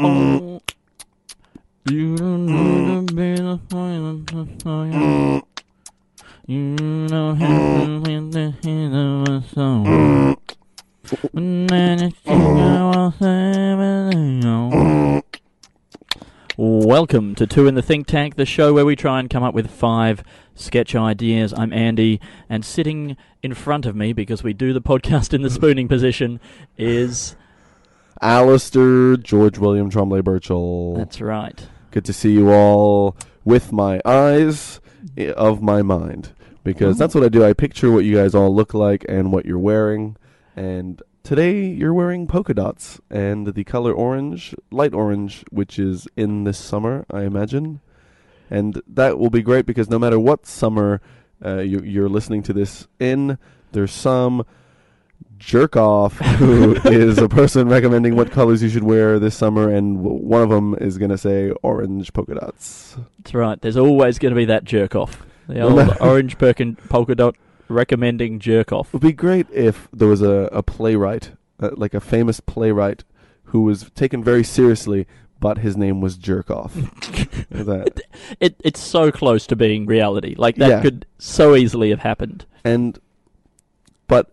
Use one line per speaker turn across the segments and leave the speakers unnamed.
Oh. You don't need to be the fire, fire. You don't have to win the heat of a song. But anything I will say, but you know. Welcome to Two in the Think Tank, the show where we try and come up with five sketch ideas. I'm Andy, and sitting in front of me, because we do the podcast in the spooning position, is.
Alistair, George William Trombley Birchall.
That's right.
Good to see you all with my eyes i- of my mind. Because that's what I do. I picture what you guys all look like and what you're wearing. And today you're wearing polka dots and the color orange, light orange, which is in this summer, I imagine. And that will be great because no matter what summer uh, you, you're listening to this in, there's some jerk off who is a person recommending what colors you should wear this summer, and w- one of them is going to say orange polka dots.
That's right. There's always going to be that jerk off. The
No
old
matter-
orange perkin polka dot recommending jerk off.
It would be great if there was a, a playwright, uh, like a famous playwright, who was taken very seriously, but his name was jerk off. that.
It it's so close to being reality. Like that
Yeah.
could so easily have happened.
and but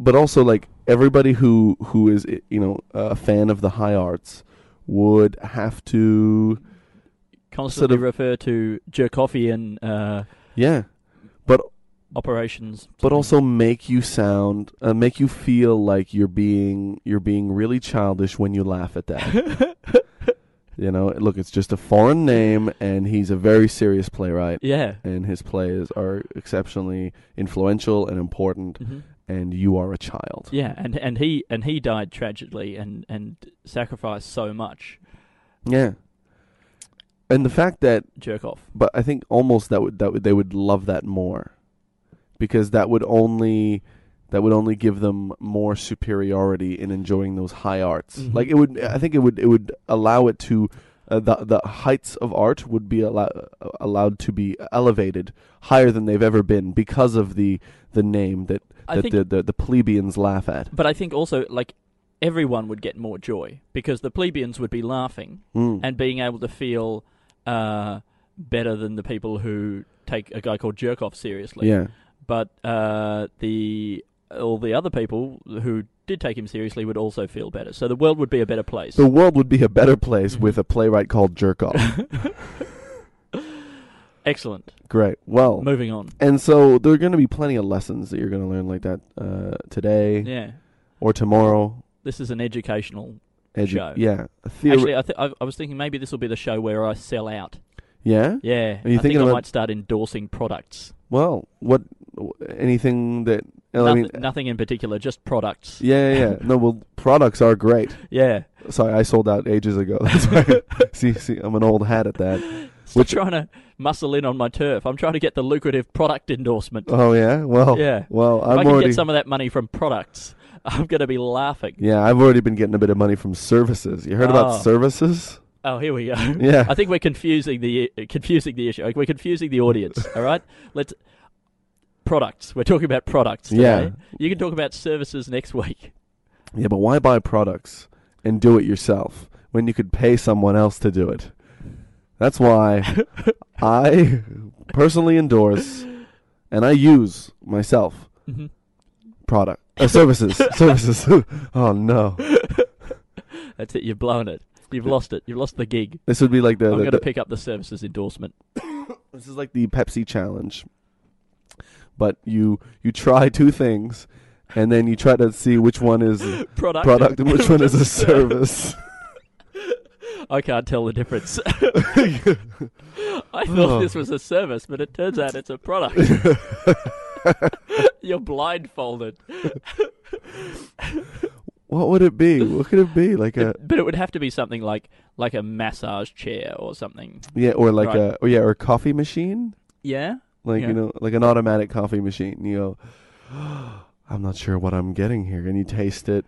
but also like everybody who who is i- you know a fan of the high arts would have to
Constantly
of-
refer to jerkoffian uh,
yeah but
operations.
but also make you sound uh, make you feel like you're being you're being really childish when you laugh at that you know look it's just a foreign name and he's a very serious playwright
yeah.
and his plays are exceptionally influential and important
Mhm.
and you are a child
Yeah, and, and he and he died tragically and, and sacrificed so much
yeah and the fact that
jerk off.
but I think almost that would that would, they would love that more, because that would only that would only give them more superiority in enjoying those high arts.
Mhm.
Like it would, I think it would it would allow it to uh, the the heights of art would be allow, allowed to be elevated higher than they've ever been because of the the name that
I
that
think-
the, the the plebeians laugh at.
But I think also like everyone would get more joy because the plebeians would be laughing
Mm.
and being able to feel uh, better than the people who take a guy called Jerkoff seriously.
yeah,
But uh, the all the other people who did take him seriously would also feel better. So the world would be a better place.
the world would be a better place
Mhm.
with a playwright called Jerkoff.
Excellent.
Great. Well,
Moving on.
And so there are going to be plenty of lessons that you're going to learn like that uh, today
Yeah,
or tomorrow.
this is an educational.
Edu-
Show.
Yeah. Theor-
Actually, I, th- I I was thinking maybe this will be the show where I sell out.
yeah.
Yeah,
Are you
I think
thinking
I
about-
might start endorsing products.
Well, what? Anything that? I mean, uh,
nothing, nothing in particular, just products.
yeah, yeah, yeah. no. Well, products are great.
yeah.
Sorry, I sold out ages ago. That's why. see, see, I'm an old hat at that.
Stop
Which-
trying to muscle in on my turf. I'm trying to get the lucrative product endorsement.
Oh yeah. Well.
Yeah.
Well,
if I
I'm
can
already.
get some of that money from products, I'm going to be laughing.
yeah, I've already been getting a bit of money from services. You heard
Oh.
about services?
Oh, here we go.
Yeah.
I think we're confusing the confusing the issue. Like, We're confusing the audience. all right, let's products. We're talking about products. Today.
Yeah.
you can talk about services next week.
Yeah, but why buy products and do it yourself when you could pay someone else to do it? That's why
Mm-hmm.
I personally endorse and I use myself
Mhm.
product uh, services services. oh no,
That's it. You've blown it. You've lost it. You've lost the gig.
this would be like the,
I'm
the-
going to
the-
pick up the services endorsement.
this is like the Pepsi challenge. But you you try two things, and then you try to see which one is a
Product.
product and which one is a service.
I can't tell the difference. I
Oh.
thought this was a service, but it turns out it's a product. You're blindfolded.
What would it be? What could it be? Like a
But it would have to be something like like a massage chair or something.
yeah, or like
Right.
a or yeah, or a coffee machine.
Yeah.
Like
Yeah.
you know, like an automatic coffee machine. You go, I'm not sure what I'm getting here, and you taste it.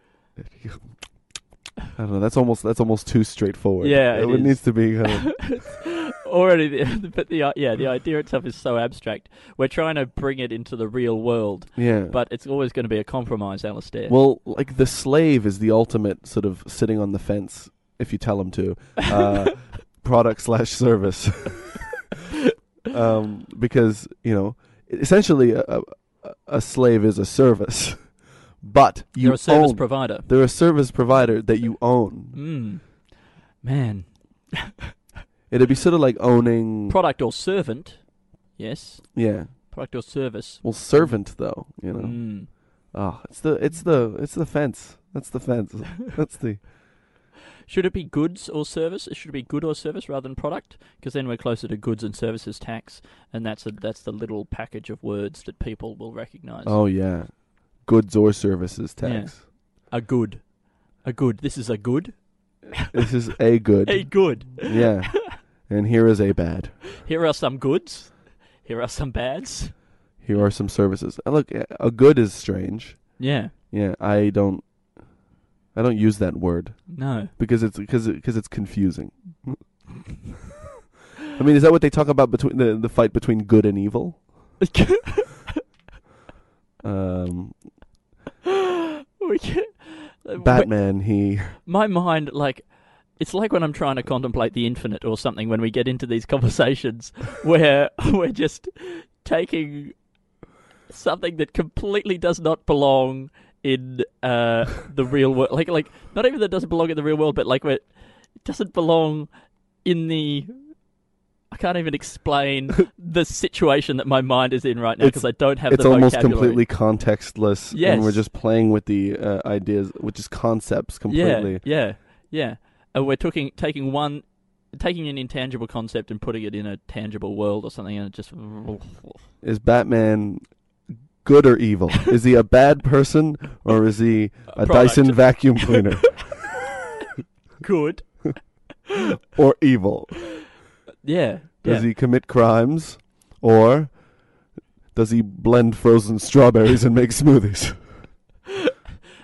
I don't know. That's almost that's almost too straightforward.
Yeah,
it,
it
would-
is.
needs to be. Kind of,
Already, the, but the uh, yeah, the idea itself is so abstract. We're trying to bring it into the real world,
yeah,
but it's always going to be a compromise, Alistair.
Well, like the slave is the ultimate sort of sitting on the fence if you tell him to uh, product slash service, um, because you know essentially a, a, a slave is a service, but you
You're a service
own,
provider.
they're a service provider that you
Mm.
own.
Man,
It'd be sort of like owning,
product or servant? Yes,
yeah.
product or service.
Well, servant though, you know.
Mm.
Oh, it's the it's the it's the fence. That's the fence. That's the
Should it be goods or service? Should it be good or service rather than product? Because then we're closer to goods and services tax, and that's a, that's the little package of words that people will recognise.
oh yeah, goods or services
Yeah.
tax.
A good, a good. This is a good.
This is a good.
A good.
Yeah. And here is a bad.
Here are some goods. Here are some bads.
Here are some services. Uh, Look, a good is strange.
Yeah.
Yeah, I don't I don't use that word
No.
because it's because because it's confusing. I mean, is that what they talk about between the the fight between good and evil? Um
Uh, we can
Batman, he
my mind like it's like when I'm trying to contemplate the infinite or something when we get into these conversations where we're just taking something that completely does not belong in uh, the real world like like not even that doesn't belong in the real world but like where it doesn't belong in the I can't even explain the situation that my mind is in right now
It's-
because I don't have
it's
the
almost
vocabulary.
completely contextless
Yes.
and we're just playing with the uh, ideas which is concepts completely.
Yeah, yeah, yeah. And we're talking taking one, taking an intangible concept and putting it in a tangible world or something, and it just
is Batman good or evil? is he a bad person or is he a,
product.
Dyson vacuum cleaner
good.
or evil?
Yeah, yeah.
Does he commit crimes or does he blend frozen strawberries and make smoothies?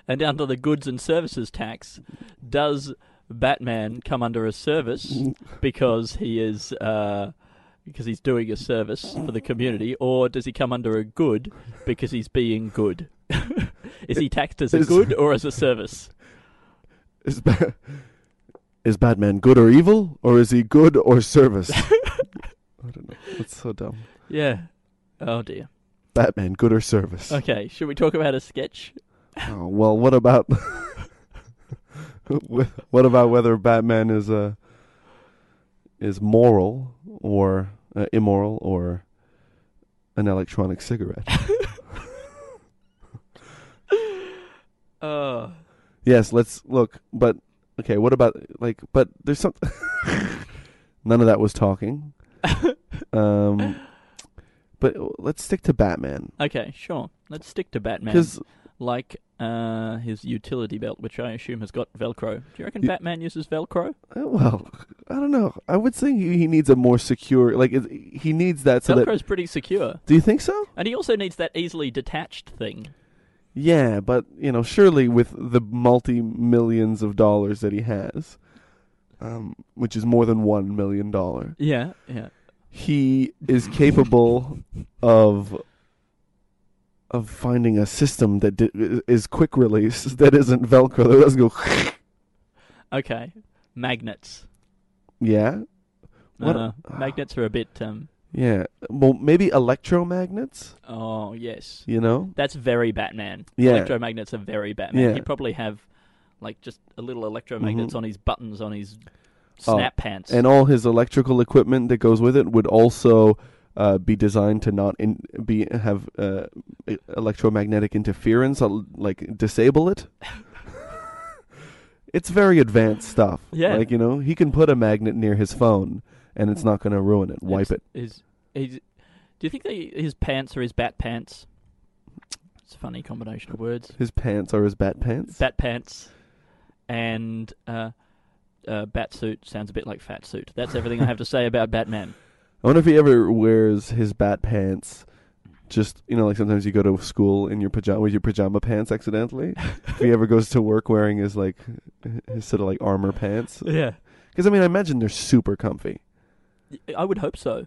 and down to the goods and services tax. Does Batman come under a service because he is? Uh, because he's doing a service for the community, or does he come under a good because he's being good? is he taxed as a
Is-
good or as a service?
Is, ba- is Batman good or evil or is he good or service? I don't know. That's so dumb.
Yeah. Oh dear.
Batman good or service?
Okay, should we talk about a sketch?
Oh, well, what about wh- what about whether Batman is uh, is moral or uh, immoral or an electronic cigarette?
Uh,
yes, let's look. But okay, what about like? But there's some. None of that was talking. Um, but let's stick to Batman
okay, sure. Let's stick to Batman.
because
Like uh, his utility belt, which I assume has got Velcro. Do you reckon
Ye-
Batman uses Velcro?
uh, well, I don't know. I would say he, he needs a more secure like it, he needs that so that
Velcro's pretty secure.
Do you think so?
And he also needs that easily detached thing.
Yeah, but you know, surely with the multi millions of dollars that he has, um, which is more than one million dollar,
Yeah, yeah.
he is capable of of finding a system that di- is quick release that isn't Velcro that doesn't go.
Okay. Magnets.
yeah, What-
Uh, magnets are a bit. Um,
yeah. Well, maybe electromagnets.
oh, yes.
You know.
That's very Batman.
Yeah.
Electromagnets are very Batman.
Yeah.
He'd probably have, like, just a little electromagnets
Mhm.
on his buttons, on his
Oh,
snap pants.
and all his electrical equipment that goes with it would also uh, be designed to not in, be have uh, e- electromagnetic interference, uh, like disable it. it's very advanced stuff.
Yeah.
like you know, he can put a magnet near his phone, and it's not going to ruin it. Wipe
It's-
it.
His, his, do you think they, his pants are his bat pants? It's a funny combination of words.
His pants are his bat pants.
Bat pants and uh, uh, bat suit sounds a bit like fat suit. That's everything I have to say about Batman.
I wonder if he ever wears his bat pants. Just you know, like sometimes you go to school in your pajama with your pajama pants accidentally. if he ever goes to work wearing his like his sort of like armor pants,
Yeah,
because I mean, I imagine they're super comfy.
I would hope so.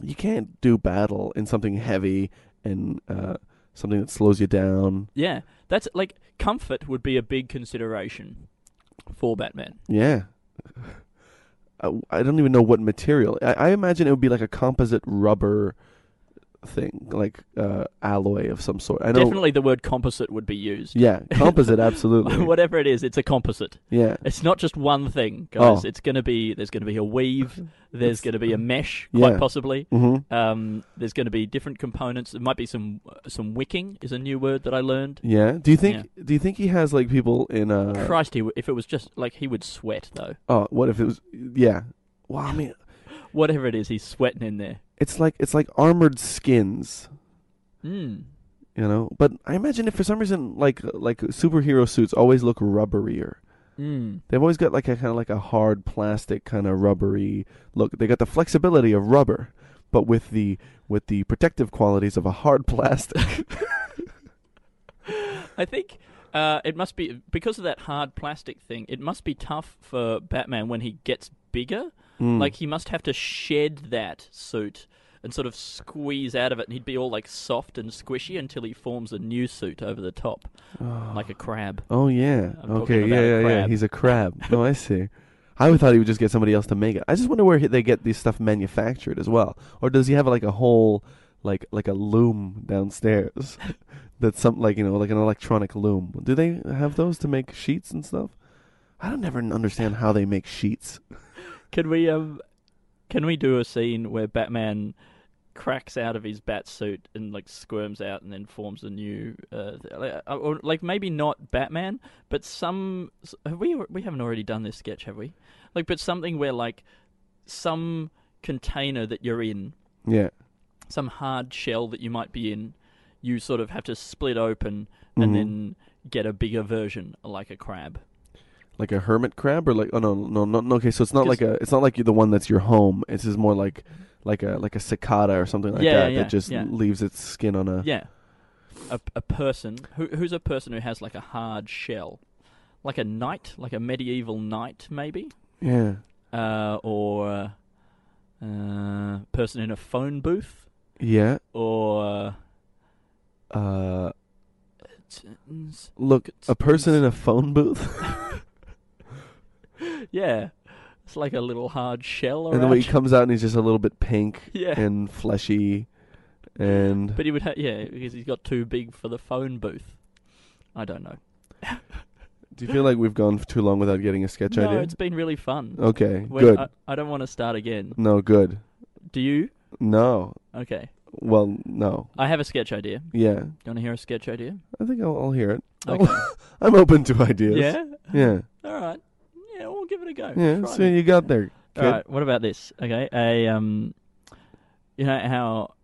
You can't do battle in something heavy and uh, something that slows you down.
Yeah, that's like comfort would be a big consideration for Batman.
Yeah. I, I don't even know what material. I, I imagine it would be like a composite rubber thing, like uh, alloy of some sort. I know.
Definitely, the word composite would be used.
Yeah, composite, absolutely.
Whatever it is, it's a composite.
yeah.
It's not just one thing, guys.
Oh.
It's going to be there's going to be a weave. There's going to be a mesh,
Yeah.
quite possibly.
hmm
Um, there's going to be different components. There might be some some wicking is a new word that I learned.
Yeah. Do you think? Do you think he has like people in a?
Christ, he w- if it was just like he would sweat though.
Oh, what if it was? Yeah. Well, I mean,
Whatever it is, he's sweating in there.
it's like it's like armored skins,
Mm.
you know. But I imagine if for some reason like like superhero suits always look rubberier.
Mm.
They've always got like a kind of like a hard plastic kind of rubbery look. They got the flexibility of rubber, but with the with the protective qualities of a hard plastic.
I think uh, it must be because of that hard plastic thing. It must be tough for Batman when he gets bigger.
Mm.
Like he must have to shed that suit and sort of squeeze out of it, and he'd be all like soft and squishy until he forms a new suit over the top, like a crab.
oh yeah,
I'm talking
okay,
about
yeah,
a
yeah, yeah.
crab.
He's a crab. oh, I see. I would thought he would just get somebody else to make it. I just wonder where he- they get these stuff manufactured as well, or does he have like a whole like like a loom downstairs that's some like you know like an electronic loom? Do they have those to make sheets and stuff? I don't ever understand how they make sheets.
Can we um, can we do a scene where Batman cracks out of his bat suit and like squirms out and then forms a new, uh, th- like- uh, or like maybe not Batman, but some s- have we we haven't already done this sketch, have we? Like, but something where like some container that you're in,
Yeah.
some hard shell that you might be in, you sort of have to split open and
Mhm.
then get a bigger version, like a crab.
like a hermit crab or like oh no no no, no okay so it's not like
Just-
a it's not like the one that's your home it's just more like like a like a cicada or something like
Yeah,
that
yeah,
that just
yeah.
leaves its skin on a
Yeah, a, a person who who's a person who has like a hard shell, like a knight, like a medieval knight, maybe,
yeah
uh, or a uh, person in a phone booth,
yeah
or
uh
t-
look a person in a phone booth
yeah, it's like a little hard shell
and the way
around.
he comes out and he's just a little bit pink
yeah,
and fleshy and
but he would ha- yeah because he's got too big for the phone booth. I don't know.
do you feel like we've gone for too long without getting a sketch
no,
idea
it's uh, been really fun.
okay
When-
Oh, good
I, I don't want to start again.
no good
Do you?
no
Okay.
well no
I have a sketch idea.
yeah
Do you want to hear a sketch idea?
I think I'll, I'll hear it
Okay.
I'm open to ideas
Yeah.
Oh, yeah
All right. Yeah, we'll give it a go.
yeah
Try
see what
it.
you got there
All right. What about this? Okay. A um, you know how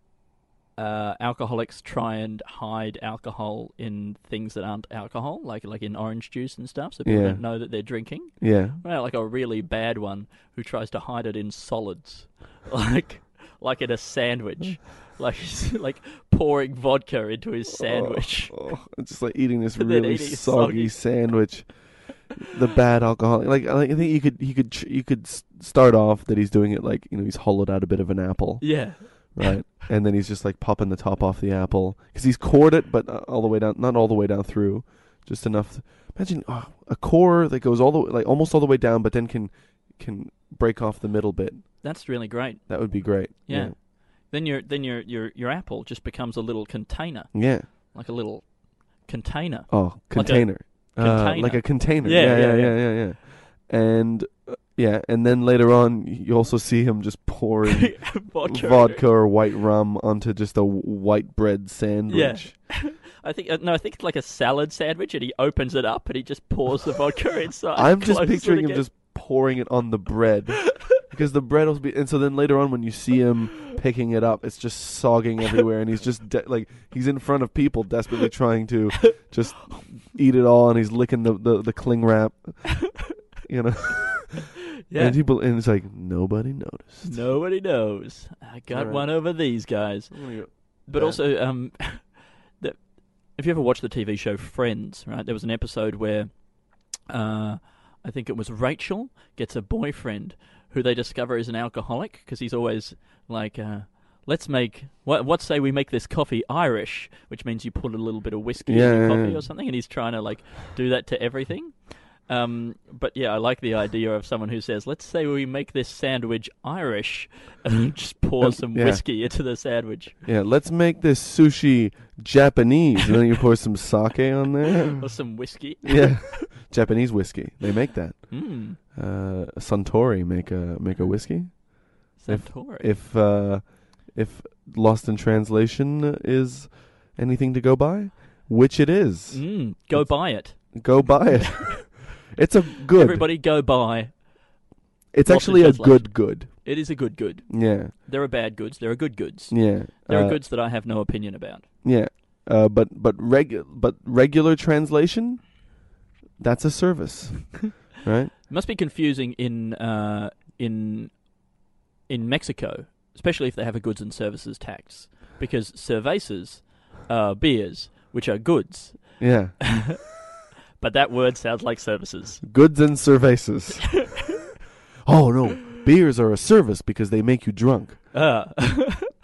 uh, alcoholics try and hide alcohol in things that aren't alcohol, like like in orange juice and stuff, so people
Yeah.
don't know that they're drinking.
Yeah.
Well, like a really bad one who tries to hide it in solids, like like in a sandwich, like he's, like pouring vodka into his sandwich.
Oh, oh, it's just like eating this
Then
really
eating a soggy-
soggy sandwich. The bad alcoholic. Like, like I think you could you could tr- you could s- start off that he's doing it like you know he's hollowed out a bit of an apple,
Yeah.
right? and then he's just like popping the top off the apple because he's cored it, but uh, all the way down, not all the way down through, just enough. imagine oh, a core that goes all the way, like almost all the way down, but then can can break off the middle bit.
That's really great.
That would be great.
Yeah. Then your then your your your apple just becomes a little container,
Yeah. Yeah.
like a little container.
Oh,
Like a
container. Uh,
container.
like a container.
Yeah,
Yeah, yeah, yeah,
yeah,
yeah, yeah. And uh, yeah, and then later on, you also see him just pouring
vodka.
vodka or white rum onto just a w- white bread sandwich.
I think uh, no, I think it's like a salad sandwich, and he opens it up and he just pours the vodka inside.
I'm just
closes it
picturing him
again.
just pouring it on the bread. because the bread will be. And so then later on, when you see him picking it up, it's just sogging everywhere, and he's just de- like he's in front of people, desperately trying to just eat it all, and he's licking the the, the cling wrap, you know.
Yeah.
And people, and it's like nobody noticed.
Nobody knows. I got
Alright.
one over these guys. But
Yeah.
also, um, the, if you ever watched the TV show Friends, right? There was an episode where, uh, I think it was Rachel gets a boyfriend who they discover is an alcoholic because he's always like, uh, "Let's make what? What say we make this coffee Irish, which means you put a little bit of whiskey
Yeah,
in
yeah,
your coffee
yeah.
or something," and he's trying to like do that to everything. Um, but yeah, I like the idea of someone who says, "Let's say we make this sandwich Irish, and just pour
Um,
some
yeah.
whiskey into the sandwich."
Yeah, let's make this sushi Japanese, and then you pour some sake on there.
or some whiskey.
Yeah, Japanese whiskey. They make that.
Mm,
Uh, Suntory make a make a whiskey.
Santori.
If uh, if Lost in Translation is anything to go by, which it is,
mm, go buy it.
go buy it. it's a good.
Everybody go buy.
it's
Lost in
actually a
Translation.
good good.
It is a good good.
Yeah,
There are bad goods. There are good goods.
yeah.
There
uh,
are goods that I have no opinion about.
Yeah, uh, but but regu- but regular translation, that's a service, right?
It must be confusing in uh, in in Mexico, especially if they have a goods and services tax, because cervezas are beers, which are goods,
Yeah,
but that word sounds like services.
goods and services.
哦
oh no, beers are a service because they make you drunk.
Uh,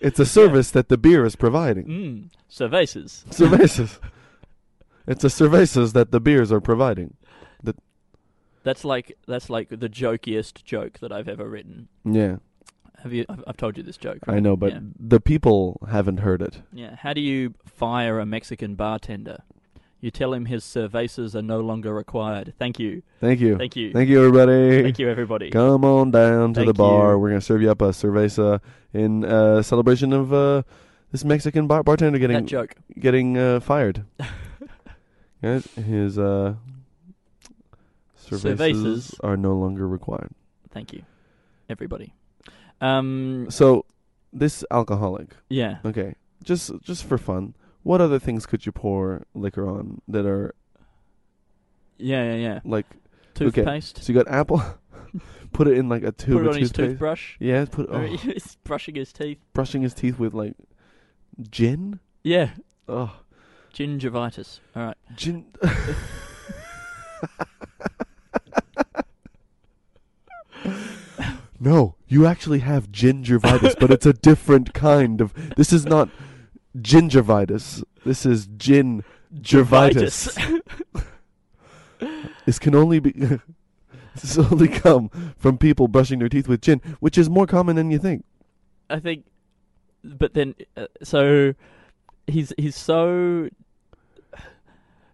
It's a service that the beer is providing.
mm, cervezas.
Cervezas. It's a cervezas that the beers are providing.
That's like that's like the jokiest joke that I've ever written.
Yeah,
Have you? I've, I've told you this joke.
I know, but
Yeah.
the people haven't heard it.
Yeah. How do you fire a Mexican bartender? You tell him his cervezas are no longer required. Thank you.
Thank you.
Thank you.
Thank you, everybody.
Thank you, everybody.
Come on down to the
Thank
bar.
you.
We're gonna serve you up a cerveza in uh, celebration of uh, this Mexican bar- bartender
That
getting
joke.
getting uh, fired. Guys, his uh, cervezas,
Cervezas.
are no longer required.
Thank you, everybody. Um.
So, this alcoholic.
Yeah.
Okay, just just for fun, what other things could you pour liquor on that are
Yeah. Yeah. Yeah.
like? Okay.
Toothpaste.
So you got apple, put it in like a tube
Put it
of
on his
toothpaste.
toothbrush.
yeah, put oh,
He's brushing his teeth.
brushing his teeth with like gin.
Yeah.
Oh,
Gingivitis. All right.
Gin- no, you actually have gingivitis, but it's a different kind of. This is not gingivitis. This is gingivitis. this can only be. this has only come from people brushing their teeth with gin, which is more common than you think.
I think, but then uh, so he's he's so.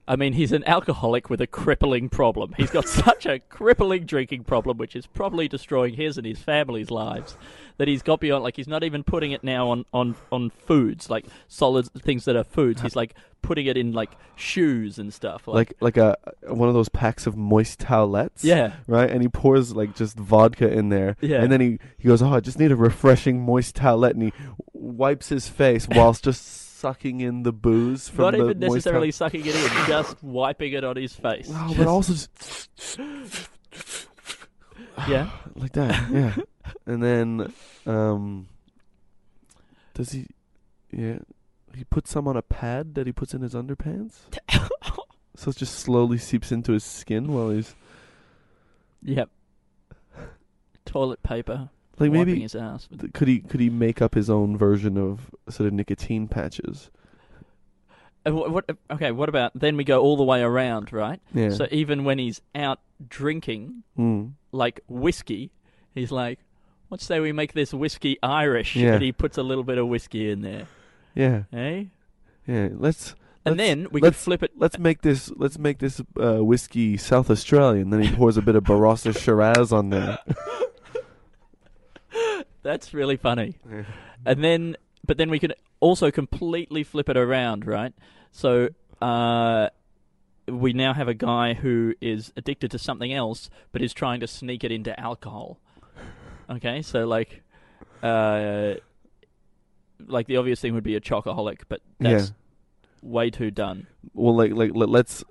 I mean, he's an alcoholic with a crippling problem. He's got such a crippling drinking problem, which is probably destroying his and his family's lives, that he's got beyond. Like he's not even putting it now on on on foods, like solid things that are foods. He's like putting it in like shoes and stuff. Like,
Like like a one of those packs of moist towelettes.
yeah,
right? And he pours like just vodka in there.
Yeah.
And then he, he goes, Oh, I just need a refreshing moist towelette. And he wipes his face whilst just sucking in the booze from
not
the
even
moist towel-
necessarily sucking it in, just wiping it on his face.
Wow, but
Just-
also just
yeah.
like that. Yeah. and then, um, does he, yeah, he puts some on a pad that he puts in his underpants. so it just slowly seeps into his skin while he's
Yep. Toilet paper.
like
wiping
maybe
his ass. With
th- could he could he make up his own version of sort of nicotine patches?
Uh, wha- what, okay, what about then we go all the way around, right?
Yeah.
So even when he's out drinking,
Mm.
like whiskey, he's like, let's say we make this whiskey Irish,
Yeah.
and he puts a little bit of whiskey in there,
Yeah,
eh?
yeah. Let's
And
Let's-
then we could
let's-
flip it.
let's make this let's make this uh, whiskey South Australian. Then he pours a bit of Barossa Shiraz on there.
That's really funny.
Yeah.
And then, but then we can also completely flip it around, right? So, uh, we now have a guy who is addicted to something else, but is trying to sneak it into alcohol. Okay, so like, uh, like the obvious thing would be a chocoholic, but that's way too done.
Well, like like let, let's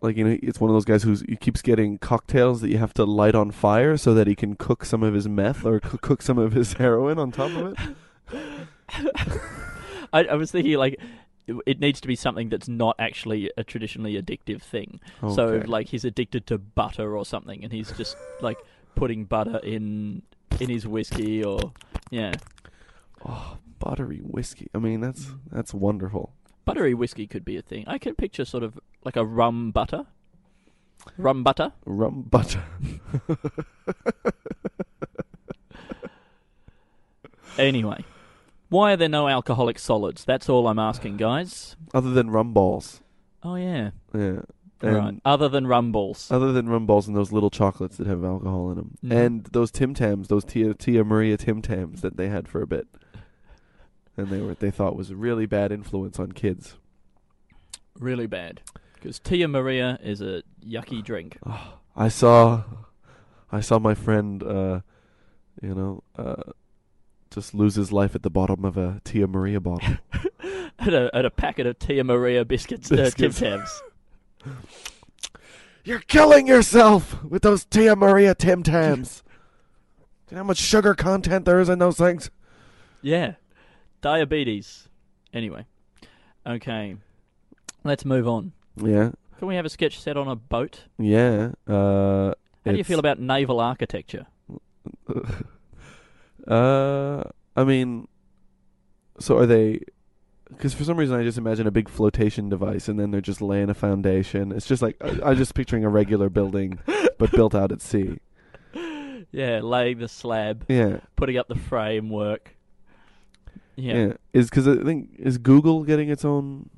like you know it's one of those guys who's he keeps getting cocktails that you have to light on fire so that he can cook some of his meth or cook, cook some of his heroin on top of it.
I, I was thinking like, it- it needs to be something that's not actually a traditionally addictive thing. So
Okay.
like he's addicted to butter or something, and he's just like putting butter in in his whiskey or yeah,
oh, buttery whiskey. I mean that's that's wonderful.
buttery whiskey could be a thing. I can picture sort of like a rum butter, rum butter.
Rum butter.
Anyway, why are there no alcoholic solids? That's all I'm asking, guys.
Other than rum balls.
Oh yeah,
Yeah. And
right. Other than rum balls.
Other than rum balls and those little chocolates that have alcohol in them,
Mhm.
and those Tim Tams, those Tia, Tia Maria Tim Tams that they had for a bit, and they were they thought was a really bad influence on kids.
really bad. Because Tia Maria is a yucky drink.
I saw, I saw my friend, uh, you know, uh, just lose his life at the bottom of a Tia Maria bottle.
At a, at a packet of Tia Maria biscuits,
Biscuits.
Uh, Tim Tams.
You're killing yourself with those Tia Maria Tim Tams. Do you know how much sugar content there is in those things?
Yeah. Diabetes. Anyway. Okay. Let's move on.
Yeah,
Can we have a sketch set on a boat?
yeah. Uh,
How do you feel about naval architecture?
Uh, I mean, so are they? Because for some reason, I just imagine a big flotation device, and then they're just laying a foundation. It's just like I, I'm just picturing a regular building, but built out at sea.
Yeah, laying the slab,
Yeah,
putting up the framework.
yeah.
Yeah.
Is because I think is Google getting its own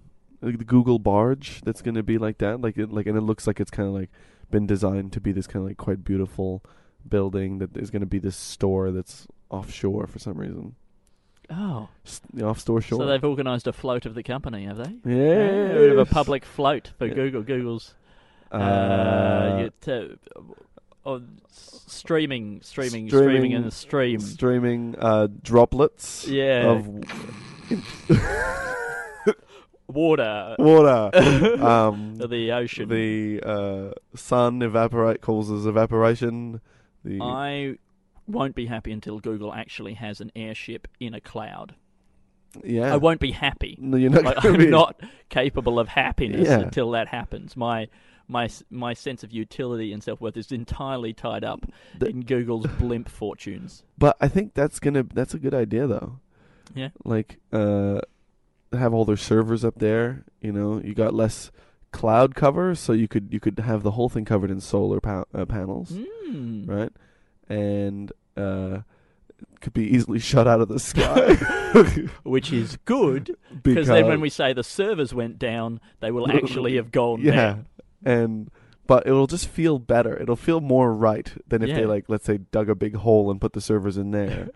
like the Google barge that's going to be like that, like it, like, and it looks like it's kind of like been designed to be this kind of like quite beautiful building that is going to be this store that's offshore for some reason,
Oh.
S- the offshore shore.
So they've organised a float of the company, have they?
yeah,
Yeah, a bit of a public float for
Yeah.
Google. Google's uh,
Uh,
you t- oh, s- streaming, streaming, streaming, in the stream.
streaming uh, droplets
yeah,
of
water,
water. um,
of the ocean.
the uh, sun evaporate causes evaporation. The
I won't be happy until Google actually has an airship in a cloud.
yeah,
I won't be happy.
No, you're not.
Like,
gonna be,
I'm not capable of happiness
Yeah.
until that happens. My my s- my sense of utility and self worth is entirely tied up
The-
in Google's blimp fortunes.
But I think that's gonna. That's a good idea, though.
Yeah.
Like, uh, have all their servers up there. You know, you got less cloud cover, so you could you could have the whole thing covered in solar pa- uh, panels.
Mm.
right? And uh, could be easily shut out of the sky.
Which is good because then when we say the servers went down, they will actually have gone
yeah,
down.
and but it'll just feel better. It'll feel more right than if they
Yeah.
like let's say dug a big hole and put the servers in there.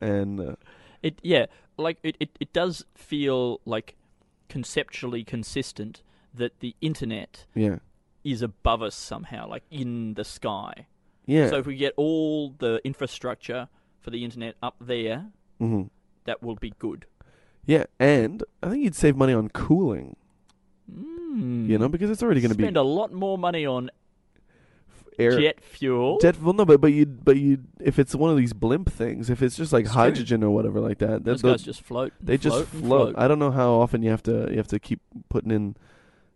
and uh,
It yeah, like it, it, it does feel like conceptually consistent that the internet
yeah,
is above us somehow, like in the sky.
yeah,
So if we get all the infrastructure for the internet up there,
hmm
that will be good.
yeah. And I think you'd save money on cooling,
Mm.
you know, because it's already going to be
spend a lot more money on
air.
jet fuel.
Jet, well, no, but but you but you if it's one of these blimp things, if it's just like
It's true.
hydrogen or whatever like that, that
Those
tho-
guys just float. and
They just
float and
float. I don't know how often you have to you have to keep putting in,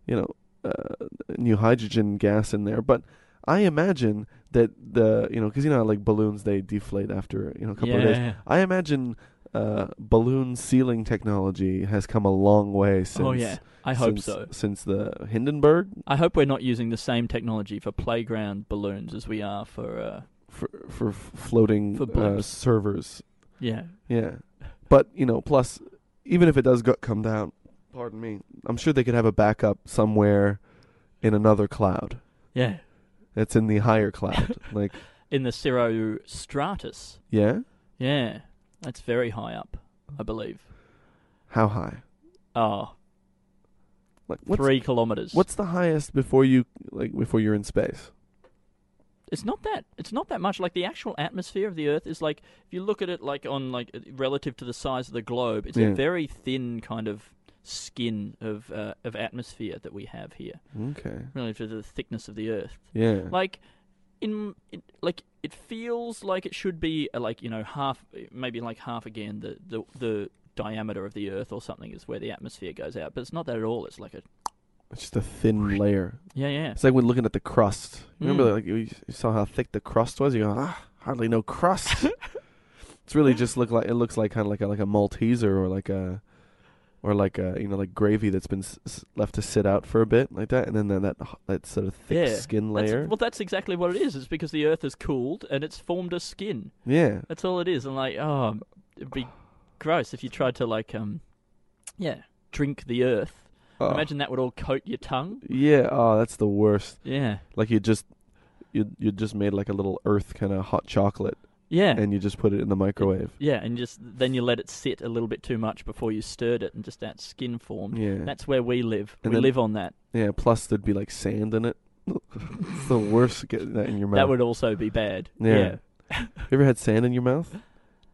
you know, uh, new hydrogen gas in there. But I imagine that the you know because you know how, like balloons they deflate after you know a couple of days.
Yeah.
I imagine uh, balloon sealing technology has come a long way since.
oh yeah, I hope
since-
so.
Since the Hindenburg
I hope we're not using the same technology for playground balloons as we are for uh,
for for f- floating
For
uh,
blimps.
servers.
yeah.
Yeah, but you know, plus even if it does go- come down, pardon me, I'm sure they could have a backup somewhere in another cloud
Yeah.
that's in the higher cloud. like,
In the Cirro Stratus.
yeah,
Yeah. That's very high up, I believe.
how high?
Oh,
Like, what's,
three kilometers.
What's the highest before you like before you're in space?
It's not that. It's not that much. Like the actual atmosphere of the Earth is like if you look at it like on like relative to the size of the globe, it's
Yeah.
a very thin kind of skin of uh, of atmosphere that we have here
Okay.
relative to the thickness of the Earth.
Yeah.
Like in it, like it feels like it should be uh, like you know half maybe like half again the the the diameter of the Earth or something is where the atmosphere goes out, but it's not that at all. It's like a
it's just a thin layer.
yeah yeah.
It's like when looking at the crust. You Remember,
Mm.
like you, you saw how thick the crust was. You go, ah, hardly no crust. it's really just look like it looks like kind of like a, like a Malteser or like a, or like a you know like gravy that's been s- s- left to sit out for a bit like that, and then that that, that sort of thick
Yeah,
skin
That's-
layer.
well, that's exactly what it is. It's because the Earth has cooled and it's formed a skin.
yeah,
That's all it is. And like, oh, it'd be gross if you tried to like, um, yeah, drink the Earth.
Oh,
Imagine that would all coat your tongue.
Yeah, oh, that's the worst.
Yeah,
Like you just. You you just made like a little earth kind of hot chocolate,
yeah,
and you just put it in the microwave.
yeah. And just then you let it sit a little bit too much before you stirred it, and just that skin formed.
Yeah,
That's where we live.
And
we
then-
live on that.
yeah. Plus, there'd be like sand in it. it's the worst. Getting that in your mouth.
That would also be bad.
Yeah. You ever had sand in your mouth?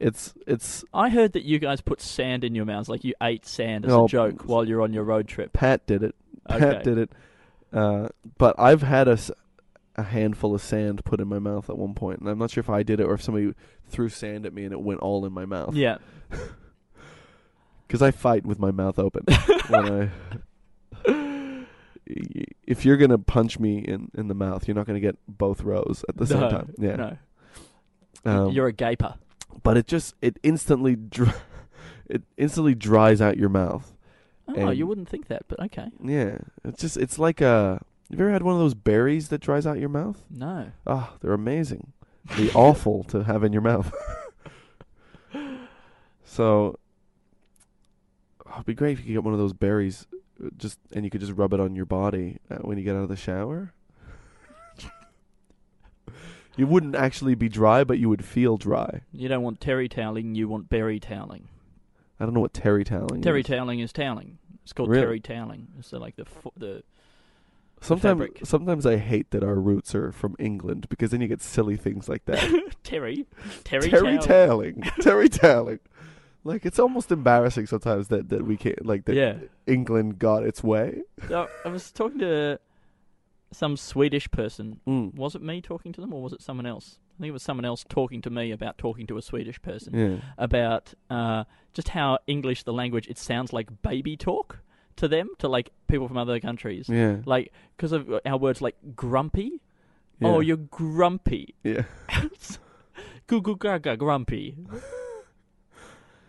It's it's
I heard that you guys put sand in your mouths, like you ate sand as
No,
a joke while you're on your road trip.
Pat did it.
Okay.
Pat did it. Uh, but I've had a, s- a handful of sand put in my mouth at one point, and I'm not sure if I did it or if somebody threw sand at me and it went all in my mouth.
Yeah.
because I fight with my mouth open. when I, if you're gonna punch me in, in the mouth, you're not gonna get both rows at the same
no,
time. Yeah,
No.
Um,
You're a gaper.
but it just it instantly dry, it instantly dries out your mouth.
Oh,
and-
you wouldn't think that, but okay.
Yeah, it's just it's like a. Have you ever had one of those berries that dries out your mouth?
No.
Ah, they're amazing. They're awful to have in your mouth. so, oh, it'd be great if you could get one of those berries, uh, just and you could just rub it on your body uh, when you get out of the shower. you wouldn't actually be dry, but you would feel dry.
You don't want terry toweling, you want berry toweling.
I don't know what terry toweling.
Terry
is.
toweling is toweling. It's called
Really?
terry toweling. It's the, like the fo- the
sometimes,
fabric.
sometimes I hate that our roots are from England because then you get silly things like that.
terry terry,
Terry
towel-
Tailing. Terry Tailing. Like it's almost embarrassing sometimes that, that we can't like that
Yeah.
England got its way.
No, I was talking to some Swedish person.
Mm.
Was it me talking to them or was it someone else? I think it was someone else talking to me about talking to a Swedish person
Yeah.
about uh, just how English the language it sounds like baby talk to them to like people from other countries.
Yeah.
Like because of uh, our words like grumpy.
yeah.
Oh, you're grumpy.
yeah.
Goo goo gaga grumpy.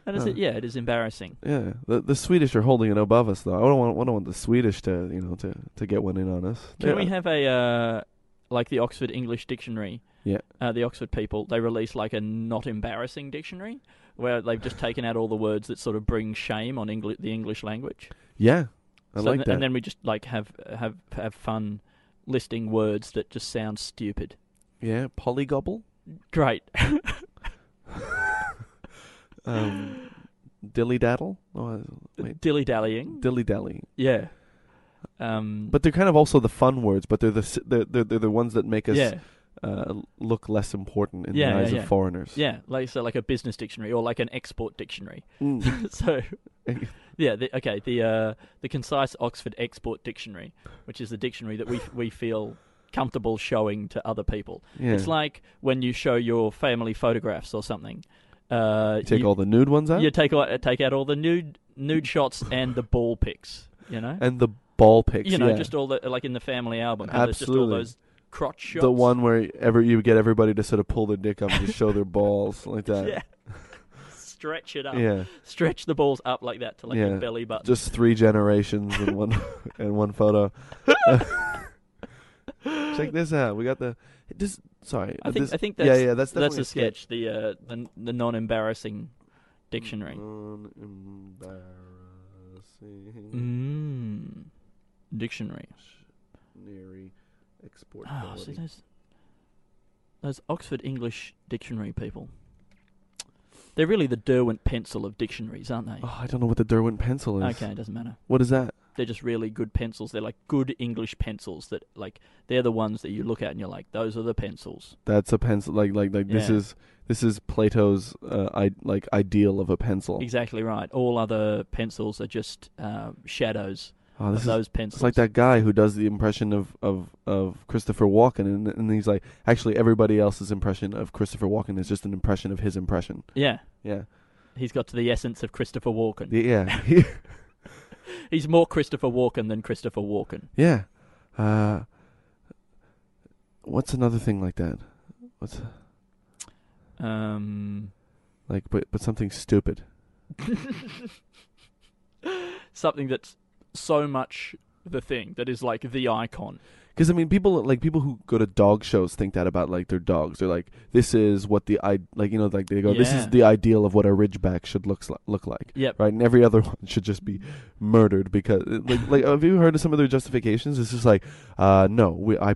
And is
Huh.
it? Yeah, it is embarrassing.
Yeah. The the Swedish are holding it above us though. I don't want I don't want the Swedish to, you know, to, to get one in on us.
Can
yeah.
we have a uh, like the Oxford English Dictionary?
Yeah.
Uh, the Oxford people they release like a not embarrassing dictionary where they've just taken out all the words that sort of bring shame on Engli- the English language.
Yeah. I
So
like
th-
that.
And then we just like have have have fun listing words that just sound stupid.
yeah, polygobble.
Great.
Um dilly daddle. Oh, wait.
Dilly dallying.
Dilly dally.
Yeah. Um.
But they're kind of also the fun words, but they're the s- they're they're, they're the ones that make us
yeah.
uh, look less important in
Yeah,
the
yeah,
eyes
yeah.
of foreigners.
Yeah, like so, like a business dictionary or like an export dictionary.
Mm.
so, yeah, the, okay, the uh, the concise Oxford Export Dictionary, which is the dictionary that we we feel comfortable showing to other people.
Yeah.
It's like when you show your family photographs or something. Uh,
You take
you,
all the nude ones out
you take all, uh, take out all the nude nude shots and the ball pics. You know,
and the ball pics.
you know,
yeah.
just all the like in the family album. how there's just all
Absolutely.
those crotch shots.
the one where ever you get everybody to sort of pull their dick up and just show their balls like that.
yeah. Stretch it up.
Yeah.
Stretch the balls up like that to like
Yeah.
your belly button.
Just three generations in one in one photo. Check this out. We got the this sorry.
I think
this-
I think
yeah,
that's
yeah, that's
that's
definitely
a sketch. The uh, the, the non-embarrassing dictionary.
Non-embarrassing
Mm. Dictionary.
dictionary export
Oh, see
quality.
those those Oxford English dictionary people. They're really the Derwent pencil of dictionaries, aren't they?
Oh, I don't know what the Derwent pencil is.
okay, it doesn't matter.
What is that?
they're just really good pencils. They're like good English pencils that like they're the ones that you look at and you're like, those are the pencils.
That's a pencil. Like like like this
Yeah.
is this is Plato's uh, I- like ideal of a pencil.
Exactly right. All other pencils are just um, shadows
Oh,
of
this is
those pencils.
it's like that guy who does the impression of of of Christopher Walken, and and he's like, actually, everybody else's impression of Christopher Walken is just an impression of his impression.
Yeah,
Yeah,
he's got to the essence of Christopher Walken.
The- yeah,
He's more Christopher Walken than Christopher Walken.
yeah. Uh, what's another thing like that? What's
Um,
like, but but something stupid.
something that's so much the thing that is like the icon.
Because I mean, people like people who go to dog shows think that about like their dogs. They're like, this is what the i like you know like they go, this is
Yeah.
the ideal of what a Ridgeback should looks li- look like.
Yep.
Right, and every other one should just be murdered because like like have you heard of some of their justifications? It's just like, uh, no, we I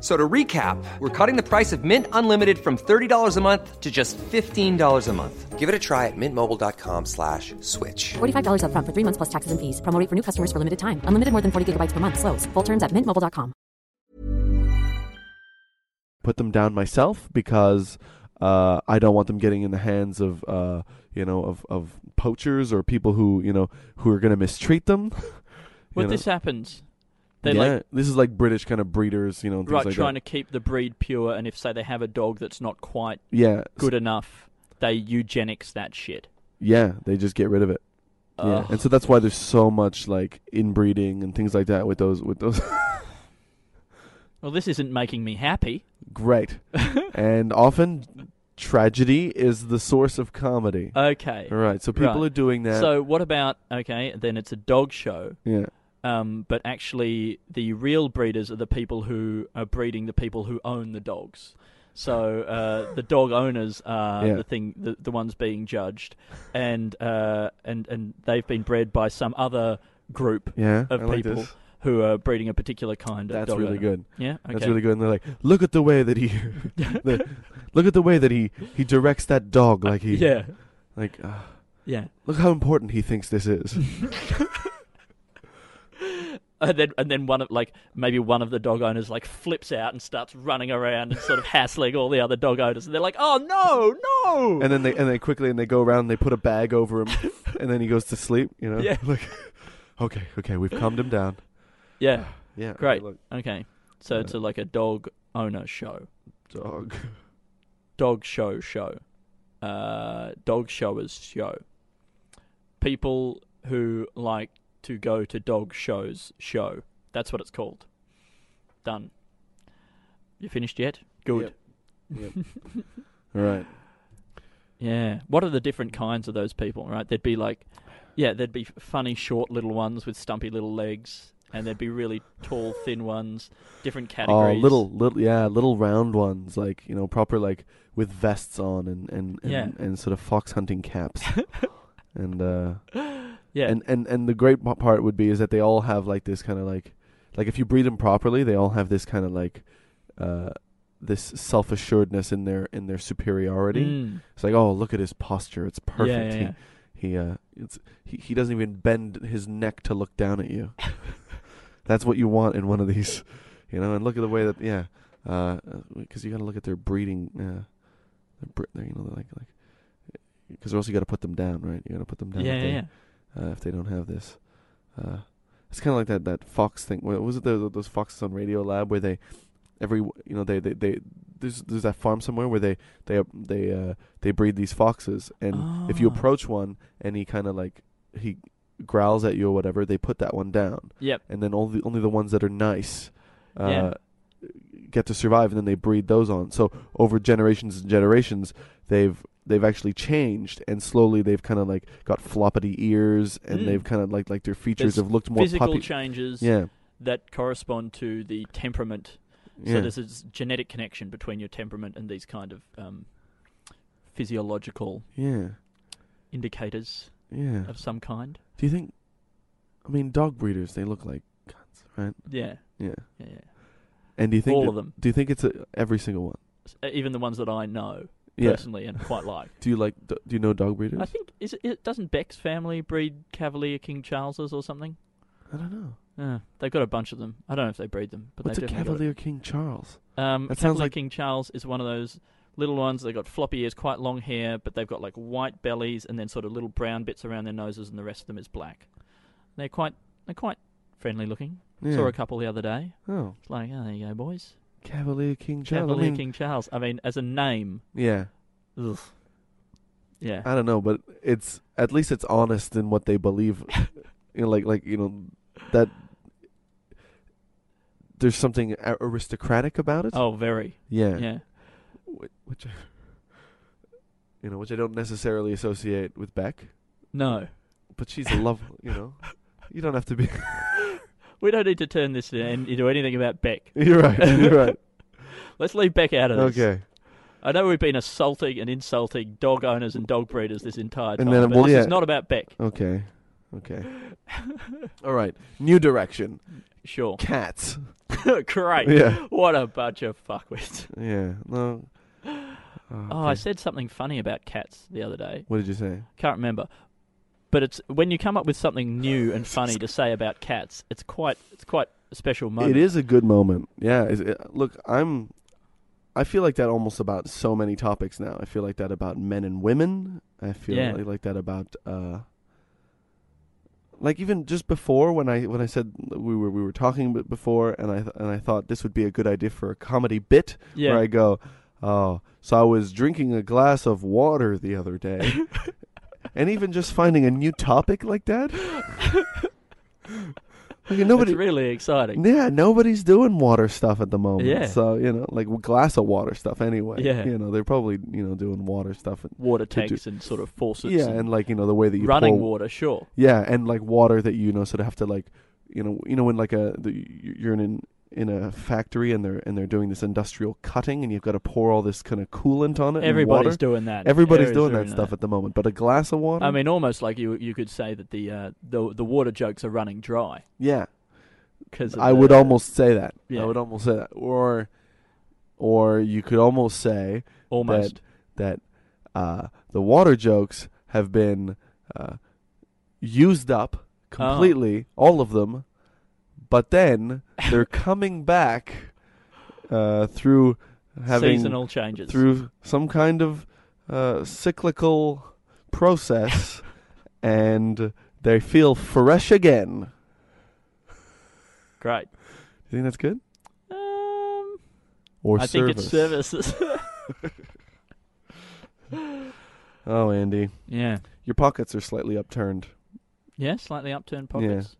So to recap, we're cutting the price of Mint Unlimited from $30 a month to just $15 a month. Give it a try at mintmobile.com slash switch.
$45 up front for three months plus taxes and fees. Promote for new customers for limited time. Unlimited more than 40 gigabytes per month. Slows. Full terms at mintmobile.com.
put them down myself because uh, I don't want them getting in the hands of uh, you know of, of poachers or people who you know who are going to mistreat them.
Well,
You know?
this happens. They
yeah,
like
this is like British kind of breeders, you know, and things
right
like
trying
that.
to keep the breed pure, and if say they have a dog that's not quite
yeah,
good enough, they eugenics that shit.
Yeah, they just get rid of it. Yeah,
Ugh.
and so that's why there's so much like inbreeding and things like that with those with those.
Well, this isn't making me happy.
Great, and often tragedy is the source of comedy.
Okay.
All right, so people
Uh, right.
are doing that.
So what about okay? Then it's a dog show,
yeah,
um, but actually the real breeders are the people who are breeding the people who own the dogs. So uh, the dog owners are
Yeah.
the thing, the, the ones being judged, and uh, and and they've been bred by some other group
yeah,
of
I like
people
this.
who are breeding a particular kind of
That's
dog.
really
owner.
good.
Yeah, okay.
That's really good. And they're like, look at the way that he, the, look at the way that he he directs that dog. Like he,
Yeah,
like uh,
yeah.
look how important he thinks this is.
And then, and then one of like maybe one of the dog owners like flips out and starts running around and sort of hassling all the other dog owners, and they're like, "Oh no, no!"
and then they and they quickly and they go around and they put a bag over him and then he goes to sleep you know
Yeah.
like okay okay we've calmed him down
yeah,
yeah okay,
Great.
look,
okay. So it's a, like a dog owner show,
dog
dog show show, uh, dog showers show. People who like to go to dog shows show. That's what it's called. Done. You finished yet? Good.
all right
Yeah. What are the different kinds of those people, right? There'd be like, yeah, there'd be funny, short little ones with stumpy little legs, and there'd be really tall, thin ones, different
oh
categories.
little little yeah little round ones like you know proper like with vests on and and and,
Yeah.
and sort of fox hunting caps and uh
Yeah.
and and and the great pa- part would be is that they all have like this kind of like like if you breed them properly they all have this kind of like uh this self-assuredness in their in their superiority
Mm.
It's like, oh, look at his posture; it's
Yeah,
perfect.
yeah, yeah.
He, he, uh, it's he, he doesn't even bend his neck to look down at you. That's what you want in one of these, you know. And look at the way that, yeah, uh, because you got to look at their breeding, uh, their, bre- their, you know, like like, because or else you got to put them down, right? You got to put them down.
Yeah,
if
yeah,
they,
yeah.
Uh, if they don't have this, uh, it's kind of like that that fox thing. What was it those, those foxes on Radio Lab where they every you know they they, they there's there's that farm somewhere where they they they uh, they breed these foxes and if you
Ah.
approach one and he kind of like he growls at you or whatever they put that one down
Yep.
and then all the only the ones that are nice uh,
Yeah.
get to survive and then they breed those on so over generations and generations they've they've actually changed and slowly they've kind of like got floppity ears and
Mm.
they've kind of like like their features
There's
have looked more
Physical
puppy
changes
yeah
that correspond to the temperament.
yeah
So there's a genetic connection between your temperament and these kind of um, physiological
yeah
indicators.
Yeah.
of some kind.
Do you think? I mean, dog breeders they look like cunts, right?
Yeah,
Yeah.
yeah, yeah.
And do you think
All
that-
of them.
Do you think it's a, every single one?
S- Even the ones that I know
Yeah.
personally and quite like.
Do you like? Do you know dog breeders?
I think is it, it doesn't Beck's family breed Cavalier King Charleses or something?
I don't know.
Yeah, they've got a bunch of them. I don't know if they breed them, but
What's
they
a
definitely got
Cavalier King Charles?
Um,
That
that
sounds like-
King Charles is one of those little ones. They've got floppy ears, quite long hair, but they've got like white bellies and then sort of little brown bits around their noses, and the rest of them is black. They're quite they're quite friendly looking.
Yeah.
Saw a couple the other day.
Oh,
It's like, oh, there you go, boys.
Cavalier King Charles. I
Cavalier
mean,
King Charles. I mean, as a name,
Yeah.
ugh. yeah,
I don't know, but it's at least it's honest in what they believe. you know, like like you know that there's something a- aristocratic about it.
oh, very,
yeah,
yeah,
Wh- Which I, you know, which I don't necessarily associate with Beck,
no.
but she's a love. You know, you don't have to be.
We don't need to turn this in- into anything about Beck.
you're right. You're right.
Let's leave Beck out of this.
Okay.
I know we've been assaulting and insulting dog owners and dog breeders this entire
And
time,
then-
but
well,
this
yeah.
is not about Beck.
Okay. Okay. All right. New direction.
Sure.
Cats.
Great.
Yeah.
What a bunch of fuckwits.
Yeah. No.
Oh, I said something funny about cats the other day.
What did you say?
Can't remember. But it's when you come up with something new and funny to say about cats, it's quite it's quite a special moment.
It is a good moment. Yeah. Is it, look, I'm. I feel like that almost about so many topics now. I feel like that about men and women. I feel
Yeah.
like, like that about. uh like even just before when I when I said we were we were talking b- before and I th- and I thought this would be a good idea for a comedy bit
Yeah.
where I go, oh, so I was drinking a glass of water the other day, and even just finding a new topic like that, like nobody,
it's really exciting.
yeah, nobody's doing water stuff at the moment.
Yeah.
So you know, like glass of water stuff anyway.
Yeah.
You know, they're probably you know doing water stuff. And,
Water
To do-
tanks and sort of faucets
yeah,
and,
and like you know the way that you
running
pour-
water, sure.
Yeah, and like water that you know sort of have to like, you know, you know when like a the, you're in an, in a factory and they're and they're doing this industrial cutting and you've got to pour all this kind of coolant on it.
Everybody's
and water.
doing that.
Everybody's doing that stuff at the moment, but a glass of water.
I mean, almost like you you could say that the uh, the the water jokes are running dry
yeah,
because
I would almost say that. I
Yeah.
would almost say that, or, or you could almost say
almost
that uh, the water jokes have been uh, used up completely,
Oh.
all of them, but then they're coming back uh, through having
seasonal changes
through some kind of uh, cyclical process, and they feel fresh again.
Great.
You think that's good
Um,
or
I think it's services.
Oh, Andy,
yeah.
your pockets are slightly upturned.
Yeah, slightly upturned pockets.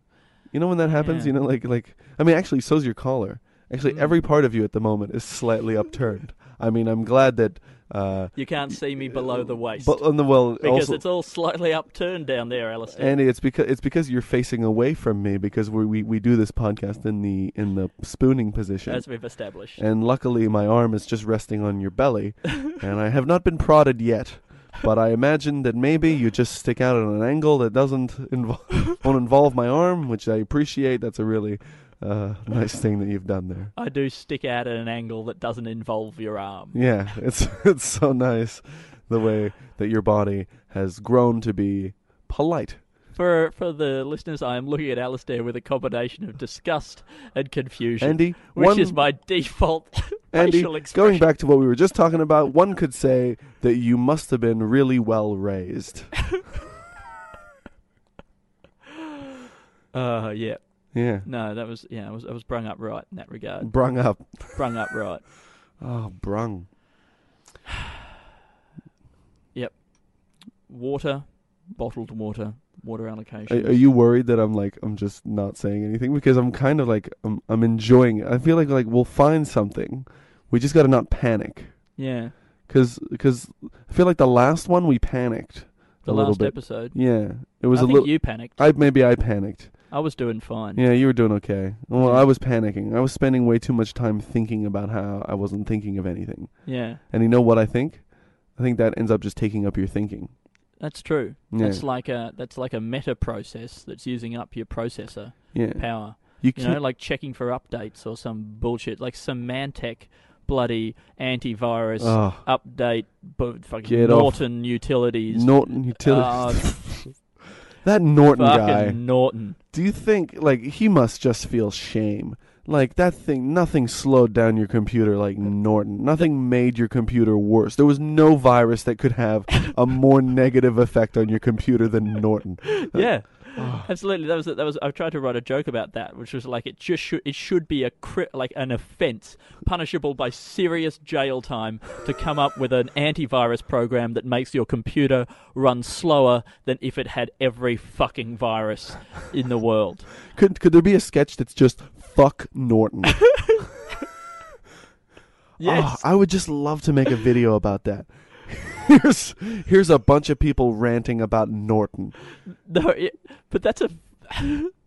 You know when that happens,
Yeah.
you know, like like I mean, actually, so's your collar. Actually,
Mm.
every part of you at the moment is slightly upturned. I mean, I'm glad that. Uh,
You can't see me below the waist
But on the well,
because
also,
it's all slightly upturned down there, Alistair.
Andy, it's because it's because you're facing away from me because we we, we do this podcast in the in the spooning position.
as we've established.
and luckily, my arm is just resting on your belly, and I have not been prodded yet. But I imagine that maybe you just stick out at an angle that doesn't involve won't involve my arm, which I appreciate. That's a really uh, nice thing that you've done there.
I do stick out at an angle that doesn't involve your arm.
Yeah, it's it's so nice the way that your body has grown to be polite.
For for the listeners, I am looking at Alistair with a combination of disgust and confusion,
Andy,
which
one,
is my default
Andy,
facial expression.
going back to what we were just talking about, one could say that you must have been really well raised.
Uh, yeah.
Yeah,
No, that was yeah. I was I was brung up right in that regard.
brung up.
brung up right.
Oh, brung.
water, bottled water, water
Are,
allocation.
are you worried that I'm like I'm just not saying anything because I'm kind of like I'm I'm enjoying it. I feel like like we'll find something. We just got to not panic
yeah,
because because I feel like the last one we panicked
the
a little
last
bit.
episode.
Yeah, it was
I
a
think
little.
you panicked.
I maybe I panicked.
I was doing fine.
Yeah, you were doing okay. Well,
Yeah.
I was panicking. I was spending way too much time thinking about how I wasn't thinking of anything.
Yeah.
And you know what I think? I think that ends up just taking up your thinking.
That's true.
Yeah.
That's like a that's like a meta process that's using up your processor
Yeah.
power.
You
You know,
can't.
like checking for updates or some bullshit, like Symantec bloody antivirus
Ugh.
update, bu- fucking
Get off.
Norton utilities.
Norton Utilities.
Uh,
that Norton
fucking
guy.
Norton.
Do you think like he must just feel shame? Like that thing, nothing slowed down your computer like Norton. Nothing made your computer worse. There was no virus that could have a more negative effect on your computer than Norton.
Yeah. Absolutely. That was that was. I tried to write a joke about that, which was like it just should it should be a cri- like an offence punishable by serious jail time to come up with an antivirus program that makes your computer run slower than if it had every fucking virus in the world.
Could could there be a sketch that's just fuck Norton?
Yes.
Oh, I would just love to make a video about that. here's here's a bunch of people ranting about Norton.
No, it, but that's a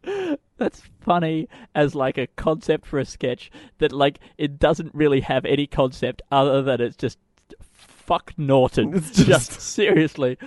that's funny as like a concept for a sketch that like it doesn't really have any concept other than it's just fuck Norton.
It's
just,
just-
seriously,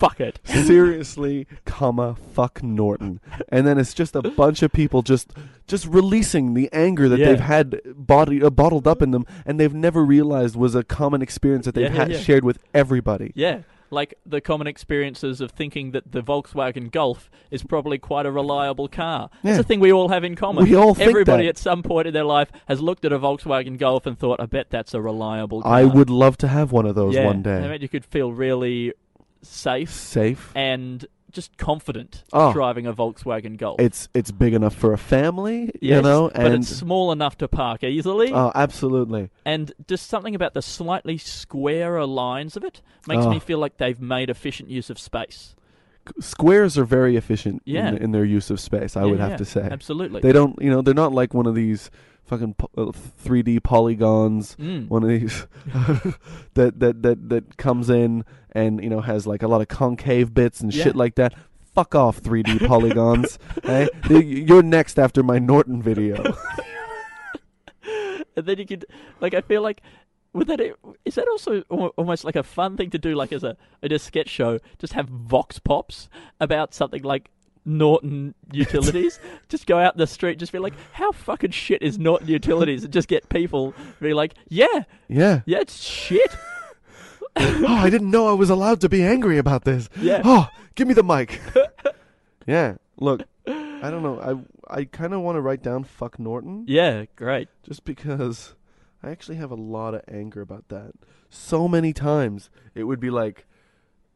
fuck it.
Seriously, comma fuck Norton. And then it's just a bunch of people just just releasing the anger that
Yeah.
they've had body, uh, bottled up in them and they've never realized was a common experience that they've
Yeah, yeah,
had
yeah.
shared with everybody.
Yeah. Like the common experiences of thinking that the Volkswagen Golf is probably quite a reliable car. That's
Yeah.
a thing we all have in common.
We all think
Everybody
that.
at some point in their life has looked at a Volkswagen Golf and thought, I bet that's a reliable car.
I would love to have one of those
yeah.
one
I
day.
bet you could feel really safe
Safe.
and just confident
Oh.
driving a Volkswagen Golf.
It's it's big enough for a family, you
Yes,
know,
but
and
it's small enough to park easily,
oh, absolutely.
and just something about the slightly squarer lines of it makes
Oh.
me feel like they've made efficient use of space.
squares are very efficient
Yeah.
in, in their use of space. I
Yeah,
would have
yeah,
to say
absolutely.
they don't. You know, they're not like one of these fucking po- uh, 3D polygons.
Mm.
One of these that, that that that comes in and you know has like a lot of concave bits and
Yeah.
shit like that. Fuck off, 3D polygons. eh? Y- You're next after my Norton video.
and then you could like I feel like would that e, is that also al- almost like a fun thing to do like as a in a sketch show just have vox pops about something like Norton Utilities just go out in the street just be like how fucking shit is Norton Utilities and just get people be like yeah
yeah.
yeah it's shit
oh, I didn't know I was allowed to be angry about this.
Yeah.
Oh, give me the mic. yeah. Look, I don't know. I I kind of want to write down fuck Norton
yeah great
just because I actually have a lot of anger about that. So many times it would be like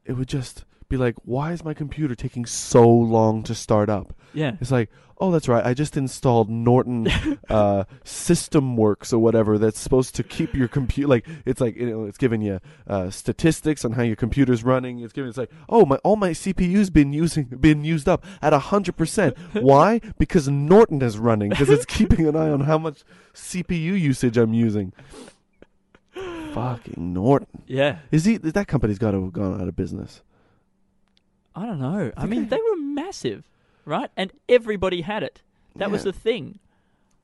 it would just be like why is my computer taking so long to start up?
yeah
It's like, oh, that's right. I just installed Norton uh, System Works or whatever that's supposed to keep your computer. Like, it's like you know, it's giving you uh, statistics on how your computer's running. It's giving it's like, oh, my all my CPU's been using been used up at hundred percent. Why? Because Norton is running because it's keeping an eye on how much CPU usage I'm using. Fucking Norton.
yeah
Is he? That company's got to have gone out of business.
I don't know I mean they were massive right and everybody had it that was
Yeah.
the thing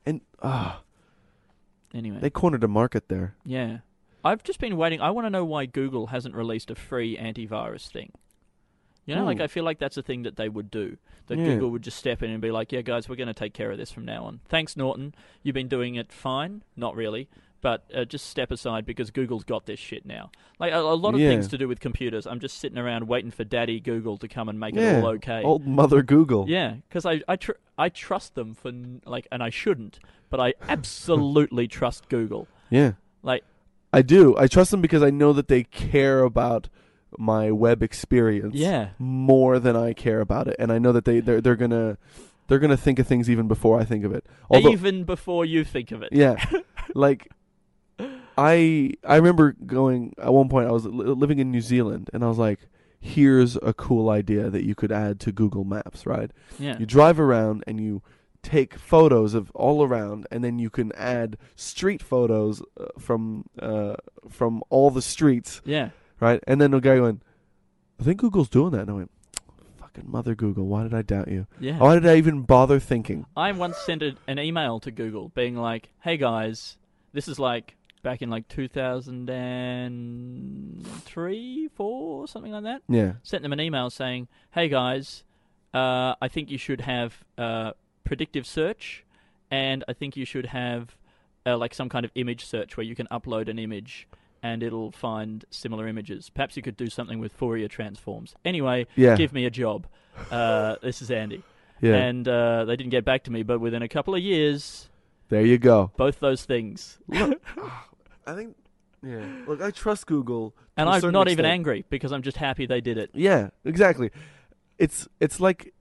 And ah,
anyway
they cornered a market there.
Yeah. I've just been waiting. I want to know why Google hasn't released a free antivirus thing. You know, like
Hmm.
I feel like that's a thing that they would do. That
Yeah.
Google would just step in and be like, "Yeah, guys, we're going to take care of this from now on. Thanks, Norton. You've been doing it fine. Not really, but uh, just step aside because Google's got this shit now. Like a, a lot of
Yeah.
things to do with computers. I'm just sitting around waiting for Daddy Google to come and make it all okay.
Old Mother Google.
Yeah, because I I, tr- I trust them for n- like, and I shouldn't, but I absolutely trust Google.
Yeah.
Like
I do. I trust them because I know that they care about my web experience
Yeah.
more than I care about it. And I know that they they're, they're going to they're going to think of things even before I think of it. Although
even before you think of it.
yeah. like I I remember going at one point I was li- living in New Zealand and I was like here's a cool idea that you could add to Google Maps, right?
Yeah.
You drive around and you take photos of all around, and then you can add street photos uh, from uh, from all the streets,
Yeah.
right? And then the guy went, "I think Google's doing that." And I went, "Fucking mother Google, why did I doubt you?
Yeah.
Why did I even bother thinking?"
I once sent a- an email to Google being like, "Hey guys, this is like back in like 2003, 4, something like that.
Yeah.
Sent them an email saying, hey guys, uh, I think you should have uh, predictive search and I think you should have uh, like some kind of image search where you can upload an image and it'll find similar images. Perhaps you could do something with Fourier transforms. Anyway,
Yeah.
give me a job. Uh, this is Andy.
Yeah.
And uh, they didn't get back to me, but within a couple of years,
there you go.
both those things. and
I think. Yeah. Look, I trust Google. to a
I'm
certain
not even
extent.
angry because I'm just happy they did it.
Yeah, exactly. It's it's like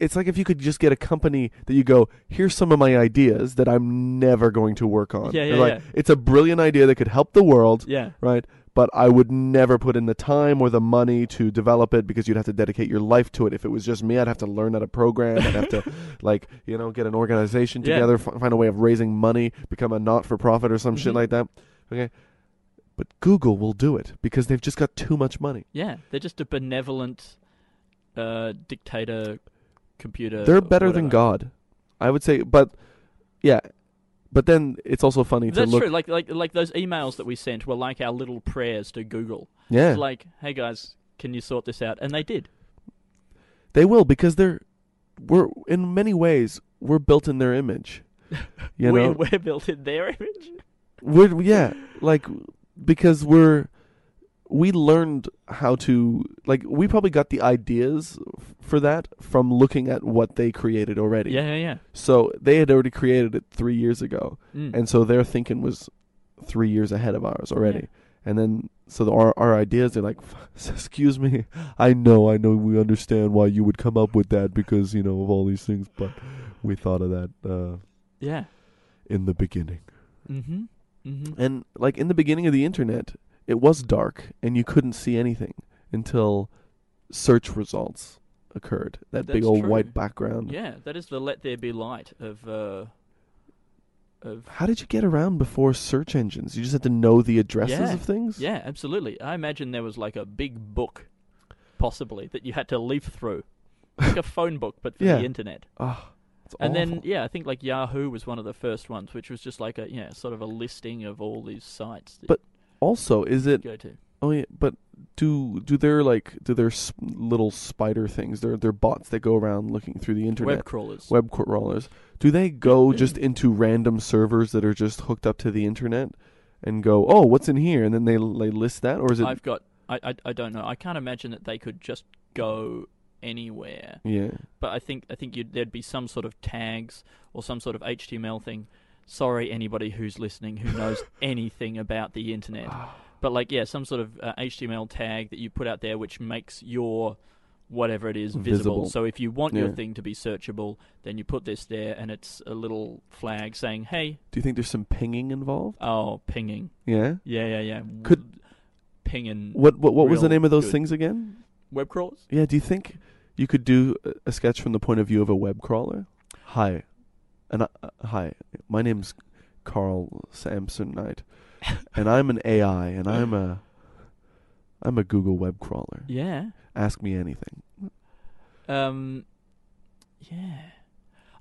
it's like if you could just get a company that you go, here's some of my ideas that I'm never going to work on.
Yeah, yeah,
They're like
yeah.
it's a brilliant idea that could help the world,
Yeah.
right? But I would never put in the time or the money to develop it because you'd have to dedicate your life to it. If it was just me, I'd have to learn how to program. I'd have to, like, you know, get an organization
Yeah.
together, f- find a way of raising money, become a not for profit or some shit
Mhm.
like that. Okay. But Google will do it because they've just got too much money.
Yeah. They're just a benevolent uh, dictator computer.
They're better than
uh, whatever.
God, I would say. But yeah, but then it's also funny to
That's
look.
true. Like, like, like those emails that we sent were like our little prayers to Google.
Yeah,
It's like, hey guys, can you sort this out? And they did.
they will because they're we're in many ways we're built in their image. You
we,
know,
we're built in their image.
we're yeah, like because we're we learned how to like we probably got the ideas f- for that from looking at what they created already.
Yeah, yeah, yeah.
So they had already created it three years ago.
Mm.
and so their thinking was three years ahead of ours already. And then so the, our our ideas they're like, excuse me, I know, I know, we understand why you would come up with that because you know of all these things, but we thought of that uh,
yeah.
in the beginning.
Mm-hmm. Mm-hmm.
And like in the beginning of the internet, it was dark and you couldn't see anything until search results occurred. That big
That's
old
true.
white background.
Yeah, that is the "Let There Be Light" of uh, of
How did you get around before search engines? You just had to know the addresses
Yeah.
of things.
yeah, absolutely. I imagine there was like a big book, possibly that you had to leaf through, like a phone book, but for
Yeah.
the internet.
Ah, it's
And then
awful.
yeah, I think like Yahoo was one of the first ones, which was just like a yeah, sort of a listing of all these sites that
But also, is it
you go to.
Oh yeah, but do do their like do their s little spider things? Their their bots that go around looking through the internet,
Web crawlers. Mm-hmm.
web crawlers. Do they go just into random servers that are just hooked up to the internet and go, oh, what's in here? And then they they list that, or is it?
I've got I, I I don't know. I can't imagine that they could just go anywhere.
yeah,
but I think I think you'd, there'd be some sort of tags or some sort of HTML thing. Sorry, anybody who's listening who knows anything about the internet,
Ah.
but like yeah, some sort of uh, HTML tag that you put out there which makes your whatever it is visible.
Visible.
So if you want your
Yeah.
thing to be searchable, then you put this there, and it's a little flag saying, "Hey,
do you think there's some pinging involved?
oh, pinging,
Yeah.
yeah, yeah, yeah."
Could-
pinging
What what what was the
Real
name of those
good.
things again?
web crawlers?
Yeah. Do you think you could do a- a sketch from the point of view of a web crawler? Hi, and I, uh, hi, my name's Carl Samson Knight, and I'm an AI, and I'm a I'm a Google web crawler.
Yeah.
Ask me anything.
Um, yeah,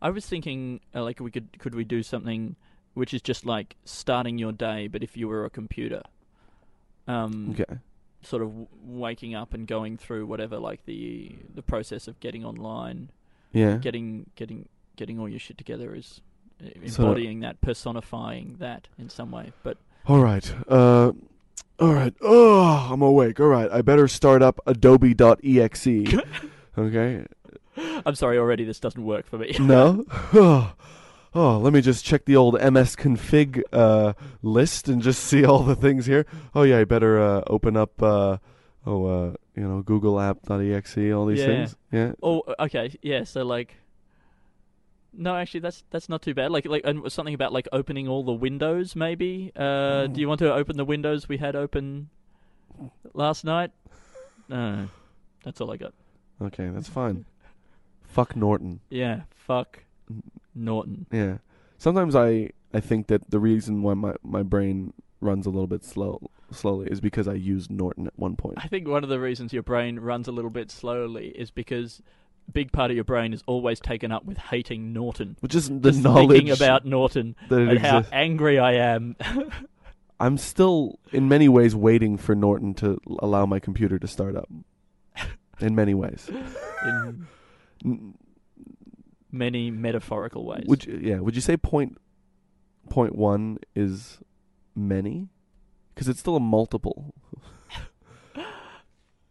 I was thinking uh, like we could could we do something which is just like starting your day, but if you were a computer, um,
Okay.
sort of w- waking up and going through whatever like the the process of getting online,
Yeah.
getting getting getting all your shit together is uh,
So-
embodying that, personifying that in some way. But
All right. Uh. All right. Oh, I'm awake. All right. I better start up Adobe.exe. E. okay.
I'm sorry, already this doesn't work for me.
No. oh, let me just check the old MS config uh, list and just see all the things here. Oh yeah, I better uh, open up. Uh, oh, uh, you know, Google App.exe, E, all these
Yeah.
things. Yeah.
Oh, okay, yeah. So like, no, actually, that's that's not too bad. Like, like and something about like opening all the windows. Maybe. Uh, Do you want to open the windows we had open last night? No, that's all I got.
Okay, that's fine. Fuck Norton.
Yeah. Fuck Norton.
Yeah. Sometimes I I think that the reason why my my brain runs a little bit slow slowly is because I used Norton at one point.
I think one of the reasons your brain runs a little bit slowly is because big part of your brain is always taken up with hating Norton.
Which is the
Just
knowledge
thinking about Norton
that it
and how
exists.
angry I am.
I'm still in many ways waiting for Norton to l- allow my computer to start up. In many ways,
in
N-
many metaphorical ways.
would you, yeah? Would you say point point one is many? Because it's still a multiple.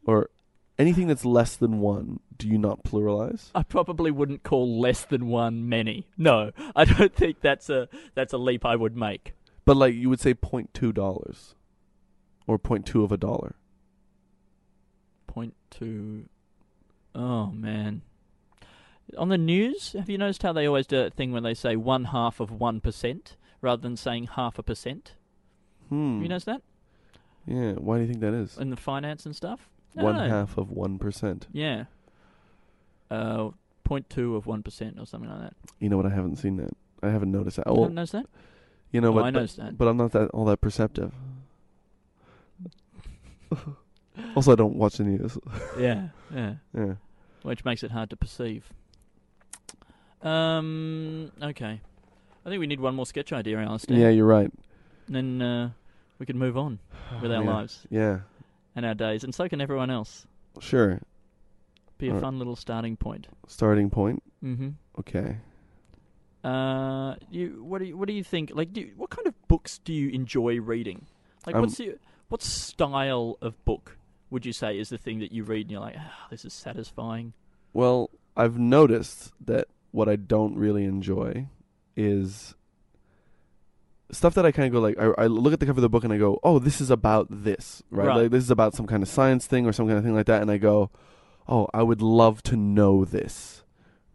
or anything that's less than one, do you not pluralize?
I probably wouldn't call less than one many. No, I don't think that's a that's a leap I would make.
But like you would say point two dollars, or point two of a dollar.
Point two oh man. On the news, have you noticed how they always do that thing when they say one half of one percent rather than saying half a percent?
Hmm.
Have you noticed that
yeah. Why do you think that is?
in the finance and stuff? No,
one
no.
half of one percent.
Yeah. Uh, point two of one percent or something like that.
You know what? I haven't seen that. I haven't noticed that.
you
Oh,
haven't noticed that?
you know
Oh,
what?
I
but-
noticed that.
But I'm not that all that perceptive. also, I don't watch the news.
yeah, yeah.
yeah.
which makes it hard to perceive. Um. Okay. I think we need one more sketch idea, Alistair.
Yeah, you're right.
And then uh, we can move on with our
Yeah.
lives
Yeah.
and our days, and so can everyone else.
Sure.
Be a
Alright.
fun little starting point.
Starting point.
Mm-hmm.
Okay.
Uh, you. What do you? What do you think? Like, do you, what kind of books do you enjoy reading? Like,
Um,
what's your, what style of book would you say is the thing that you read and you're like, ah, this is satisfying?
Well, I've noticed that what I don't really enjoy is stuff that I kind of go like I, I look at the cover of the book and I go, "Oh, this is about this." Right?
Right.
Like this is about some kind of science thing or some kind of thing like that and I go, "Oh, I would love to know this."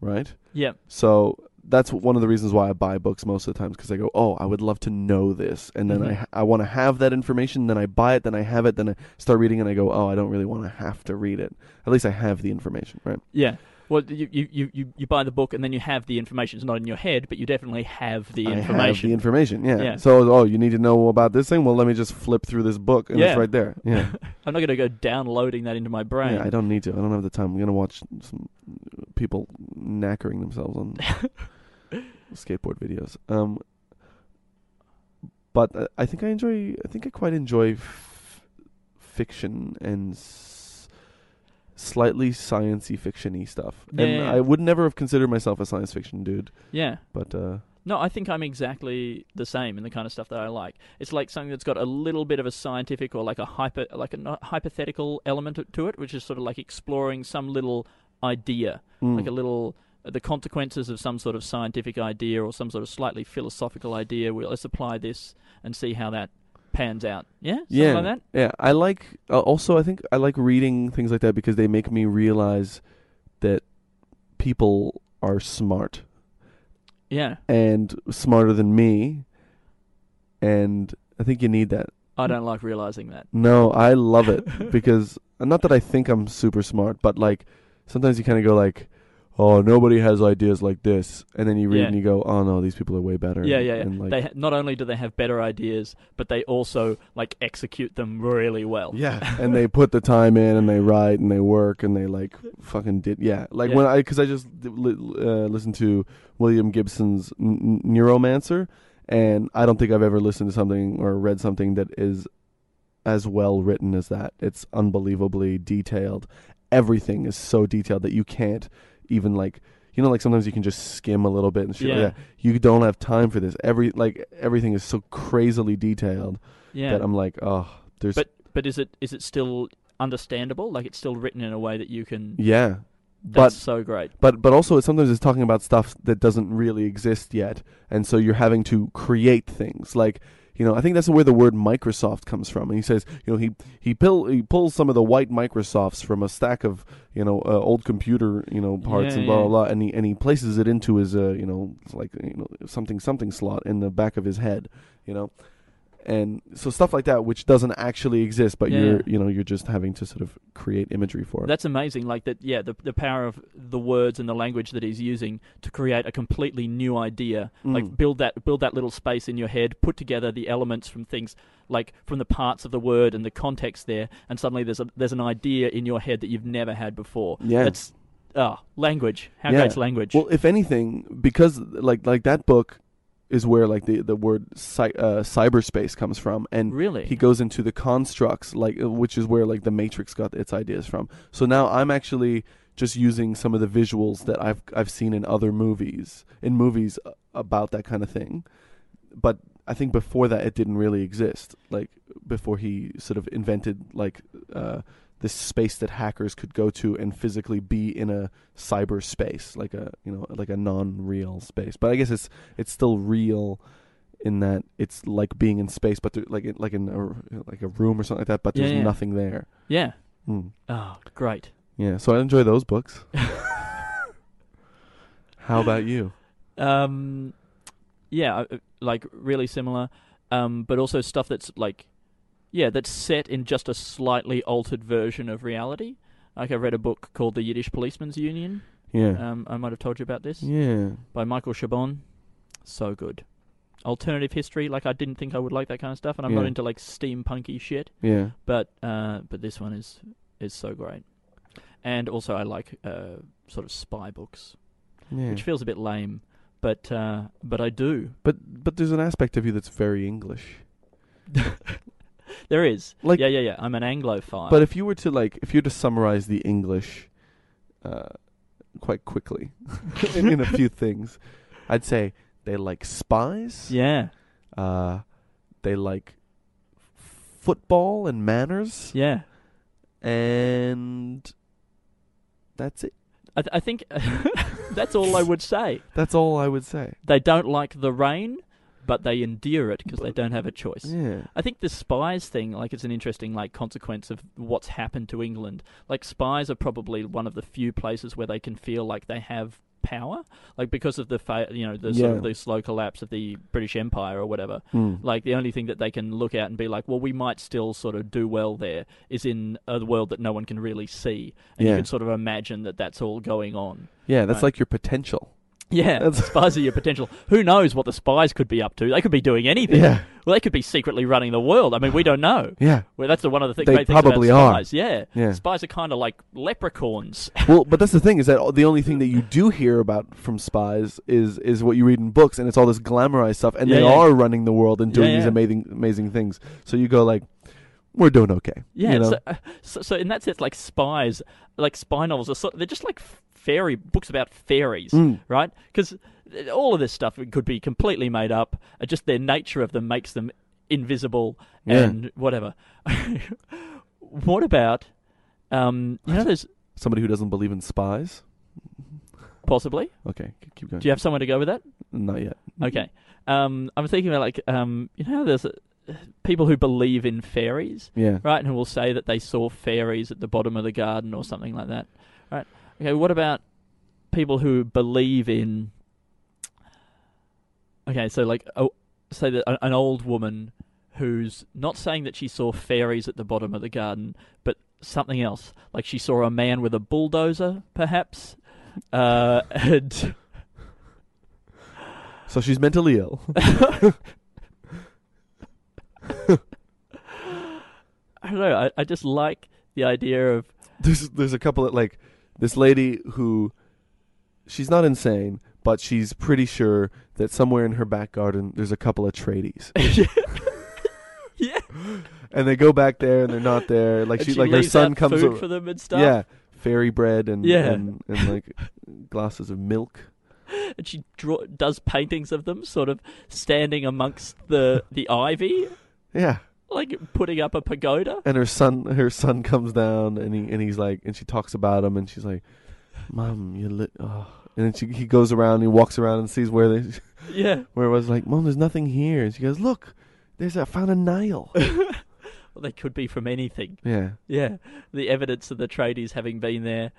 Right?
Yeah.
So that's one of the reasons why I buy books most of the times because I go, oh, I would love to know this, and then
Mhm.
I I want to have that information. Then I buy it, then I have it, then I start reading, and I go, oh, I don't really want to have to read it. At least I have the information, right?
Yeah. Well, you, you, you- you, you buy the book and then you have the information. It's not in your head, but you definitely have the
I have the
information.
information, yeah.
Yeah.
So, oh, you need to know about this thing. Well, let me just flip through this book, and
Yeah.
it's right there. Yeah.
I'm not going to go downloading that into my brain.
yeah. I don't need to. I don't have the time. I'm gonna watch some uh, people knackering themselves on skateboard videos. Um, but uh, I think I enjoy. I think I quite enjoy f- fiction and s- slightly sciency fictiony stuff. and
Yeah.
I would never have considered myself a science fiction dude,
yeah.
but uh,
No, I think I'm exactly the same in the kind of stuff that I like. It's like something that's got a little bit of a scientific or like a hyper, like a not- hypothetical element to it, which is sort of like exploring some little idea,
mm,
like a little the consequences of some sort of scientific idea or some sort of slightly philosophical idea. We'll let's apply this and see how that pans out. Yeah, Something
yeah,
like that.
yeah. I like. Uh, also, I think I like reading things like that because they make me realize that people are smart
Yeah,
and smarter than me, and I think you need that.
I don't like realizing that.
No, I love it because not that I think I'm super smart, but like sometimes you kind of go like, "Oh, nobody has ideas like this," and then you read
Yeah.
and you go, "Oh no, these people are way better."
Yeah, yeah, yeah.
And like,
they ha- not only do they have better ideas, but they also like execute them really well.
yeah, and they put the time in and they write and they work and they like fucking did. Yeah, like when
Yeah.
I because I just li- uh, listened to William Gibson's N- N- Neuromancer, and I don't think I've ever listened to something or read something that is as well written as that. It's unbelievably detailed. Everything is so detailed that you can't even like you know like sometimes you can just skim a little bit and shit
Yeah.
like that. You don't have time for this. Every like everything is so crazily detailed
yeah.
that I'm like, oh, there's
but but is it is it still understandable? Like it's still written in a way that you can.
yeah.
That's
But
so great.
but but also it's sometimes it's talking about stuff that doesn't really exist yet and so you're having to create things like you know i think that's where the word microsoft comes from and he says you know he he, pill, he pulls some of the white microsofts from a stack of you know uh, old computer you know parts
Yeah,
and blah
yeah.
blah blah and he and he places it into his uh, you know it's like you know something something slot in the back of his head you know and so stuff like that which doesn't actually exist but
Yeah.
you're you know you're just having to sort of create imagery for it
That's amazing. Like that. Yeah, the the power of the words and the language that he's using to create a completely new idea. Like
Mm.
build that build that little space in your head. Put together the elements from things like from the parts of the word and the context there, and suddenly there's a there's an idea in your head that you've never had before.
yeah
That's oh, language. How
Yeah.
great's language?
Well, if anything, because like like that book is where like the the word cy- uh, cyberspace comes from, and
Really?
he goes into the constructs like uh, which is where like the Matrix got its ideas from. So now I'm actually just using some of the visuals that I've I've seen in other movies in movies uh, about that kind of thing, but. I think before that it didn't really exist. Like before he sort of invented like uh, this space that hackers could go to and physically be in a cyberspace, like a you know like a non-real space. But I guess it's it's still real in that it's like being in space, but there, like in- like in a, like a room or something like that. But
Yeah,
there's
yeah.
nothing there.
yeah.
Mm.
Oh, great.
Yeah, so I enjoy those books. How about you?
Um, yeah, uh, like really similar, um, but also stuff that's like, yeah, that's set in just a slightly altered version of reality. Like I read a book called The Yiddish Policeman's Union.
Yeah,
Um, I might have told you about this
yeah.
by Michael Chabon. So good. Alternative history, like I didn't think I would like that kind of stuff, and I'm not
Yeah.
into like steampunky shit.
Yeah,
but uh, but this one is is so great, and also I like uh, sort of spy books,
yeah.
which feels a bit lame, but uh, but I do.
But but there's an aspect of you that's very English.
There is,
Like-
yeah, yeah, yeah. I'm an Anglophile.
But if you were to like, if you were to summarize the English, uh, quite quickly in, in a few things, I'd say they like spies.
yeah,
Uh, they like football and manners,
yeah.
and that's it.
I, th- I think that's all I would say.
That's all I would say.
They don't like the rain, but they endear it because they
But- Mm.
don't have a choice.
Yeah.
I think the spies thing, like, it's an interesting like consequence of what's happened to England. Like, spies are probably one of the few places where they can feel like they have power, like because of the fa- you know the sort
Yeah.
of the slow collapse of the British Empire or whatever.
Mm.
Like, the only thing that they can look at and be like, well, we might still sort of do well there, is in a world that no one can really see, and
Yeah.
you can sort of imagine that that's all going on.
Yeah, that's
Right.
like your potential.
Yeah,
That's-
spies are your potential. Who knows what the spies could be up to? They could be doing anything.
Yeah.
Well, they could be secretly running the world. I mean, we don't know.
Yeah.
Well, that's the one of the things.
They
great things
probably
about
are.
spies. Yeah.
Yeah.
spies are kind of like leprechauns.
Well, but that's the thing is that all- the only thing that you do hear about from spies is is what you read in books, and it's all this glamorized stuff, and
Yeah,
they
yeah.
are running the world and
Yeah,
doing these
yeah.
amazing amazing things. So you go like, we're doing okay.
yeah,
you know?
so, uh, so so in that sense, like spies, like spy novels are sort. They're just like fairy books about fairies, right? Because all of this stuff could be completely made up. uh, Just their nature of them makes them invisible
Yeah.
and whatever. what about um? You know, there's
somebody who doesn't believe in spies.
possibly.
Okay, k- keep going.
Do you have someone to go with that?
Not yet.
Okay. Um, I'm thinking about like um, you know, how there's uh, people who believe in fairies,
Yeah.
right? And who will say that they saw fairies at the bottom of the garden or something like that, right? Okay. What about people who believe in? Okay, so like oh, say that a- an old woman who's not saying that she saw fairies at the bottom of the garden, but something else, like she saw a man with a bulldozer, perhaps, uh, and.
So she's mentally ill.
I don't know. I, I just like the idea of
there's there's a couple of like this lady who she's not insane, but she's pretty sure that somewhere in her back garden there's a couple of tradies.
yeah.
and they go back there and they're not there. Like
and
she, like her
leaves
son
out
comes
food
over.
for them and stuff.
Yeah, fairy bread and
Yeah.
and, and like glasses of milk.
and she draw, does paintings of them, sort of standing amongst the the ivy,
Yeah,
like putting up a pagoda.
and her son her son comes down and he and he's like and she talks about him and she's like, "Mom, you li Oh. And then she, he goes around and he walks around and sees where they
Yeah,
where it was like, "Mom, there's nothing here." And she goes, "Look, there's I found a Nile."
well, they could be from anything.
yeah,
Yeah, the evidence of the tradies having been there,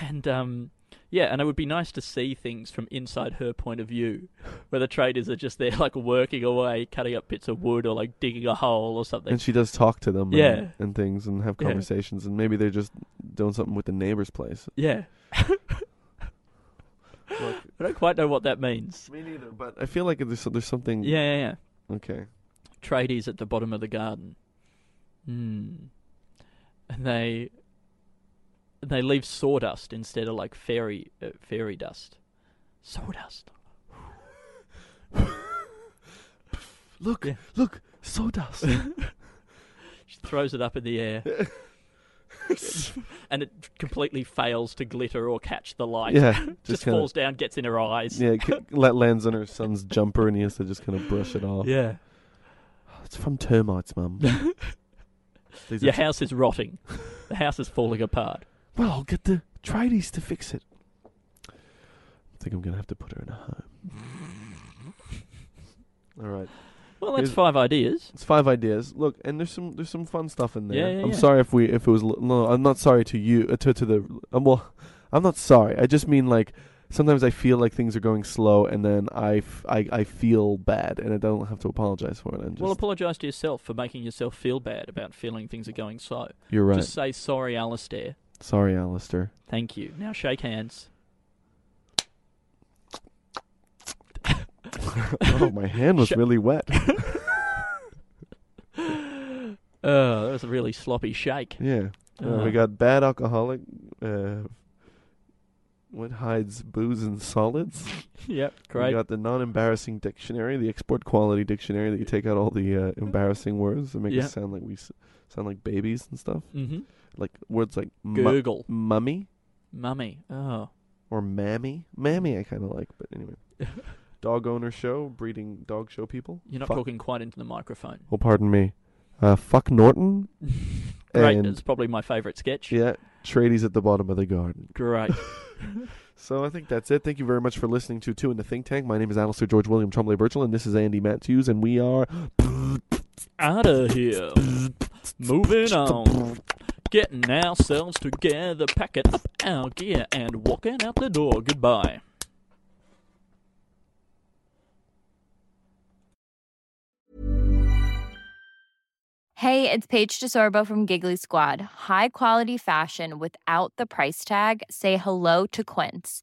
and um, yeah, and it would be nice to see things from inside her point of view, where the traders are just there, like working away, cutting up bits of wood or like digging a hole or something.
and she does talk to them.
Yeah.
And, and things and have
Yeah.
conversations and maybe they're just doing something with the neighbor's place.
Yeah. I don't quite know what that means.
Me neither, but I feel like there's there's something.
Yeah, yeah, yeah.
Okay.
Tradies at the bottom of the garden. Hmm. And they they leave sawdust instead of like fairy uh, fairy dust. Sawdust.
Look,
Yeah.
look, sawdust.
She throws it up in the air. and it completely fails to glitter or catch the light.
yeah,
just,
just kind
falls
of.
down, gets in her eyes.
Yeah, c- let lands on her son's jumper, and he has to just kind of brush it off.
Yeah.
It's from termites, mum. These are
Your house is rotting. the house is falling apart.
Well, I'll get the tradies to fix it. I think I'm going to have to put her in a home. All right,
Well, that's
Here's-
five ideas.
it's five ideas. Look, and there's some there's some fun stuff in there.
Yeah, yeah,
I'm
yeah.
sorry if we if it was l- no, I'm not sorry to you uh, to to the um, well, I'm not sorry. I just mean like sometimes I feel like things are going slow, and then I, f- I, I feel bad, and I don't have to apologize for it. And just
Well, apologise to yourself for making yourself feel bad about feeling things are going so.
you're right.
Just say sorry, Alistair.
sorry, Alistair.
Thank you. Now shake hands.
oh, my hand was
Sh-
really wet.
Oh, that was a really sloppy shake.
Yeah. Uh,
Uh,
we got bad alcoholic. Uh, what hides booze and solids?
Yep, great.
We got the non-embarrassing dictionary, the export quality dictionary that you take out all the uh, embarrassing words and make
Yeah.
us sound like we s- sound like babies and stuff.
mm-hmm.
Like words like mu-
Google,
mummy
mummy. Oh,
or mammy. Mammy, I kind of like, but anyway. dog owner show breeding dog show people.
you're not
Fuck-
talking quite into the microphone.
Oh, pardon me. Uh, fuck Norton.
Great.
And-
It's probably my favourite sketch.
Yeah, tradies at the bottom of the garden.
Great.
So I think that's it. Thank you very much for listening to Two in the Think Tank. My name is Alistair George William Trombley Birchall, and this is Andy Matthews, and we are
Out of here. Moving on. Getting ourselves together, packing up our gear, and walking out the door. Goodbye.
Hey, it's Paige DeSorbo from Giggly Squad. High quality fashion without the price tag. Say hello to Quince.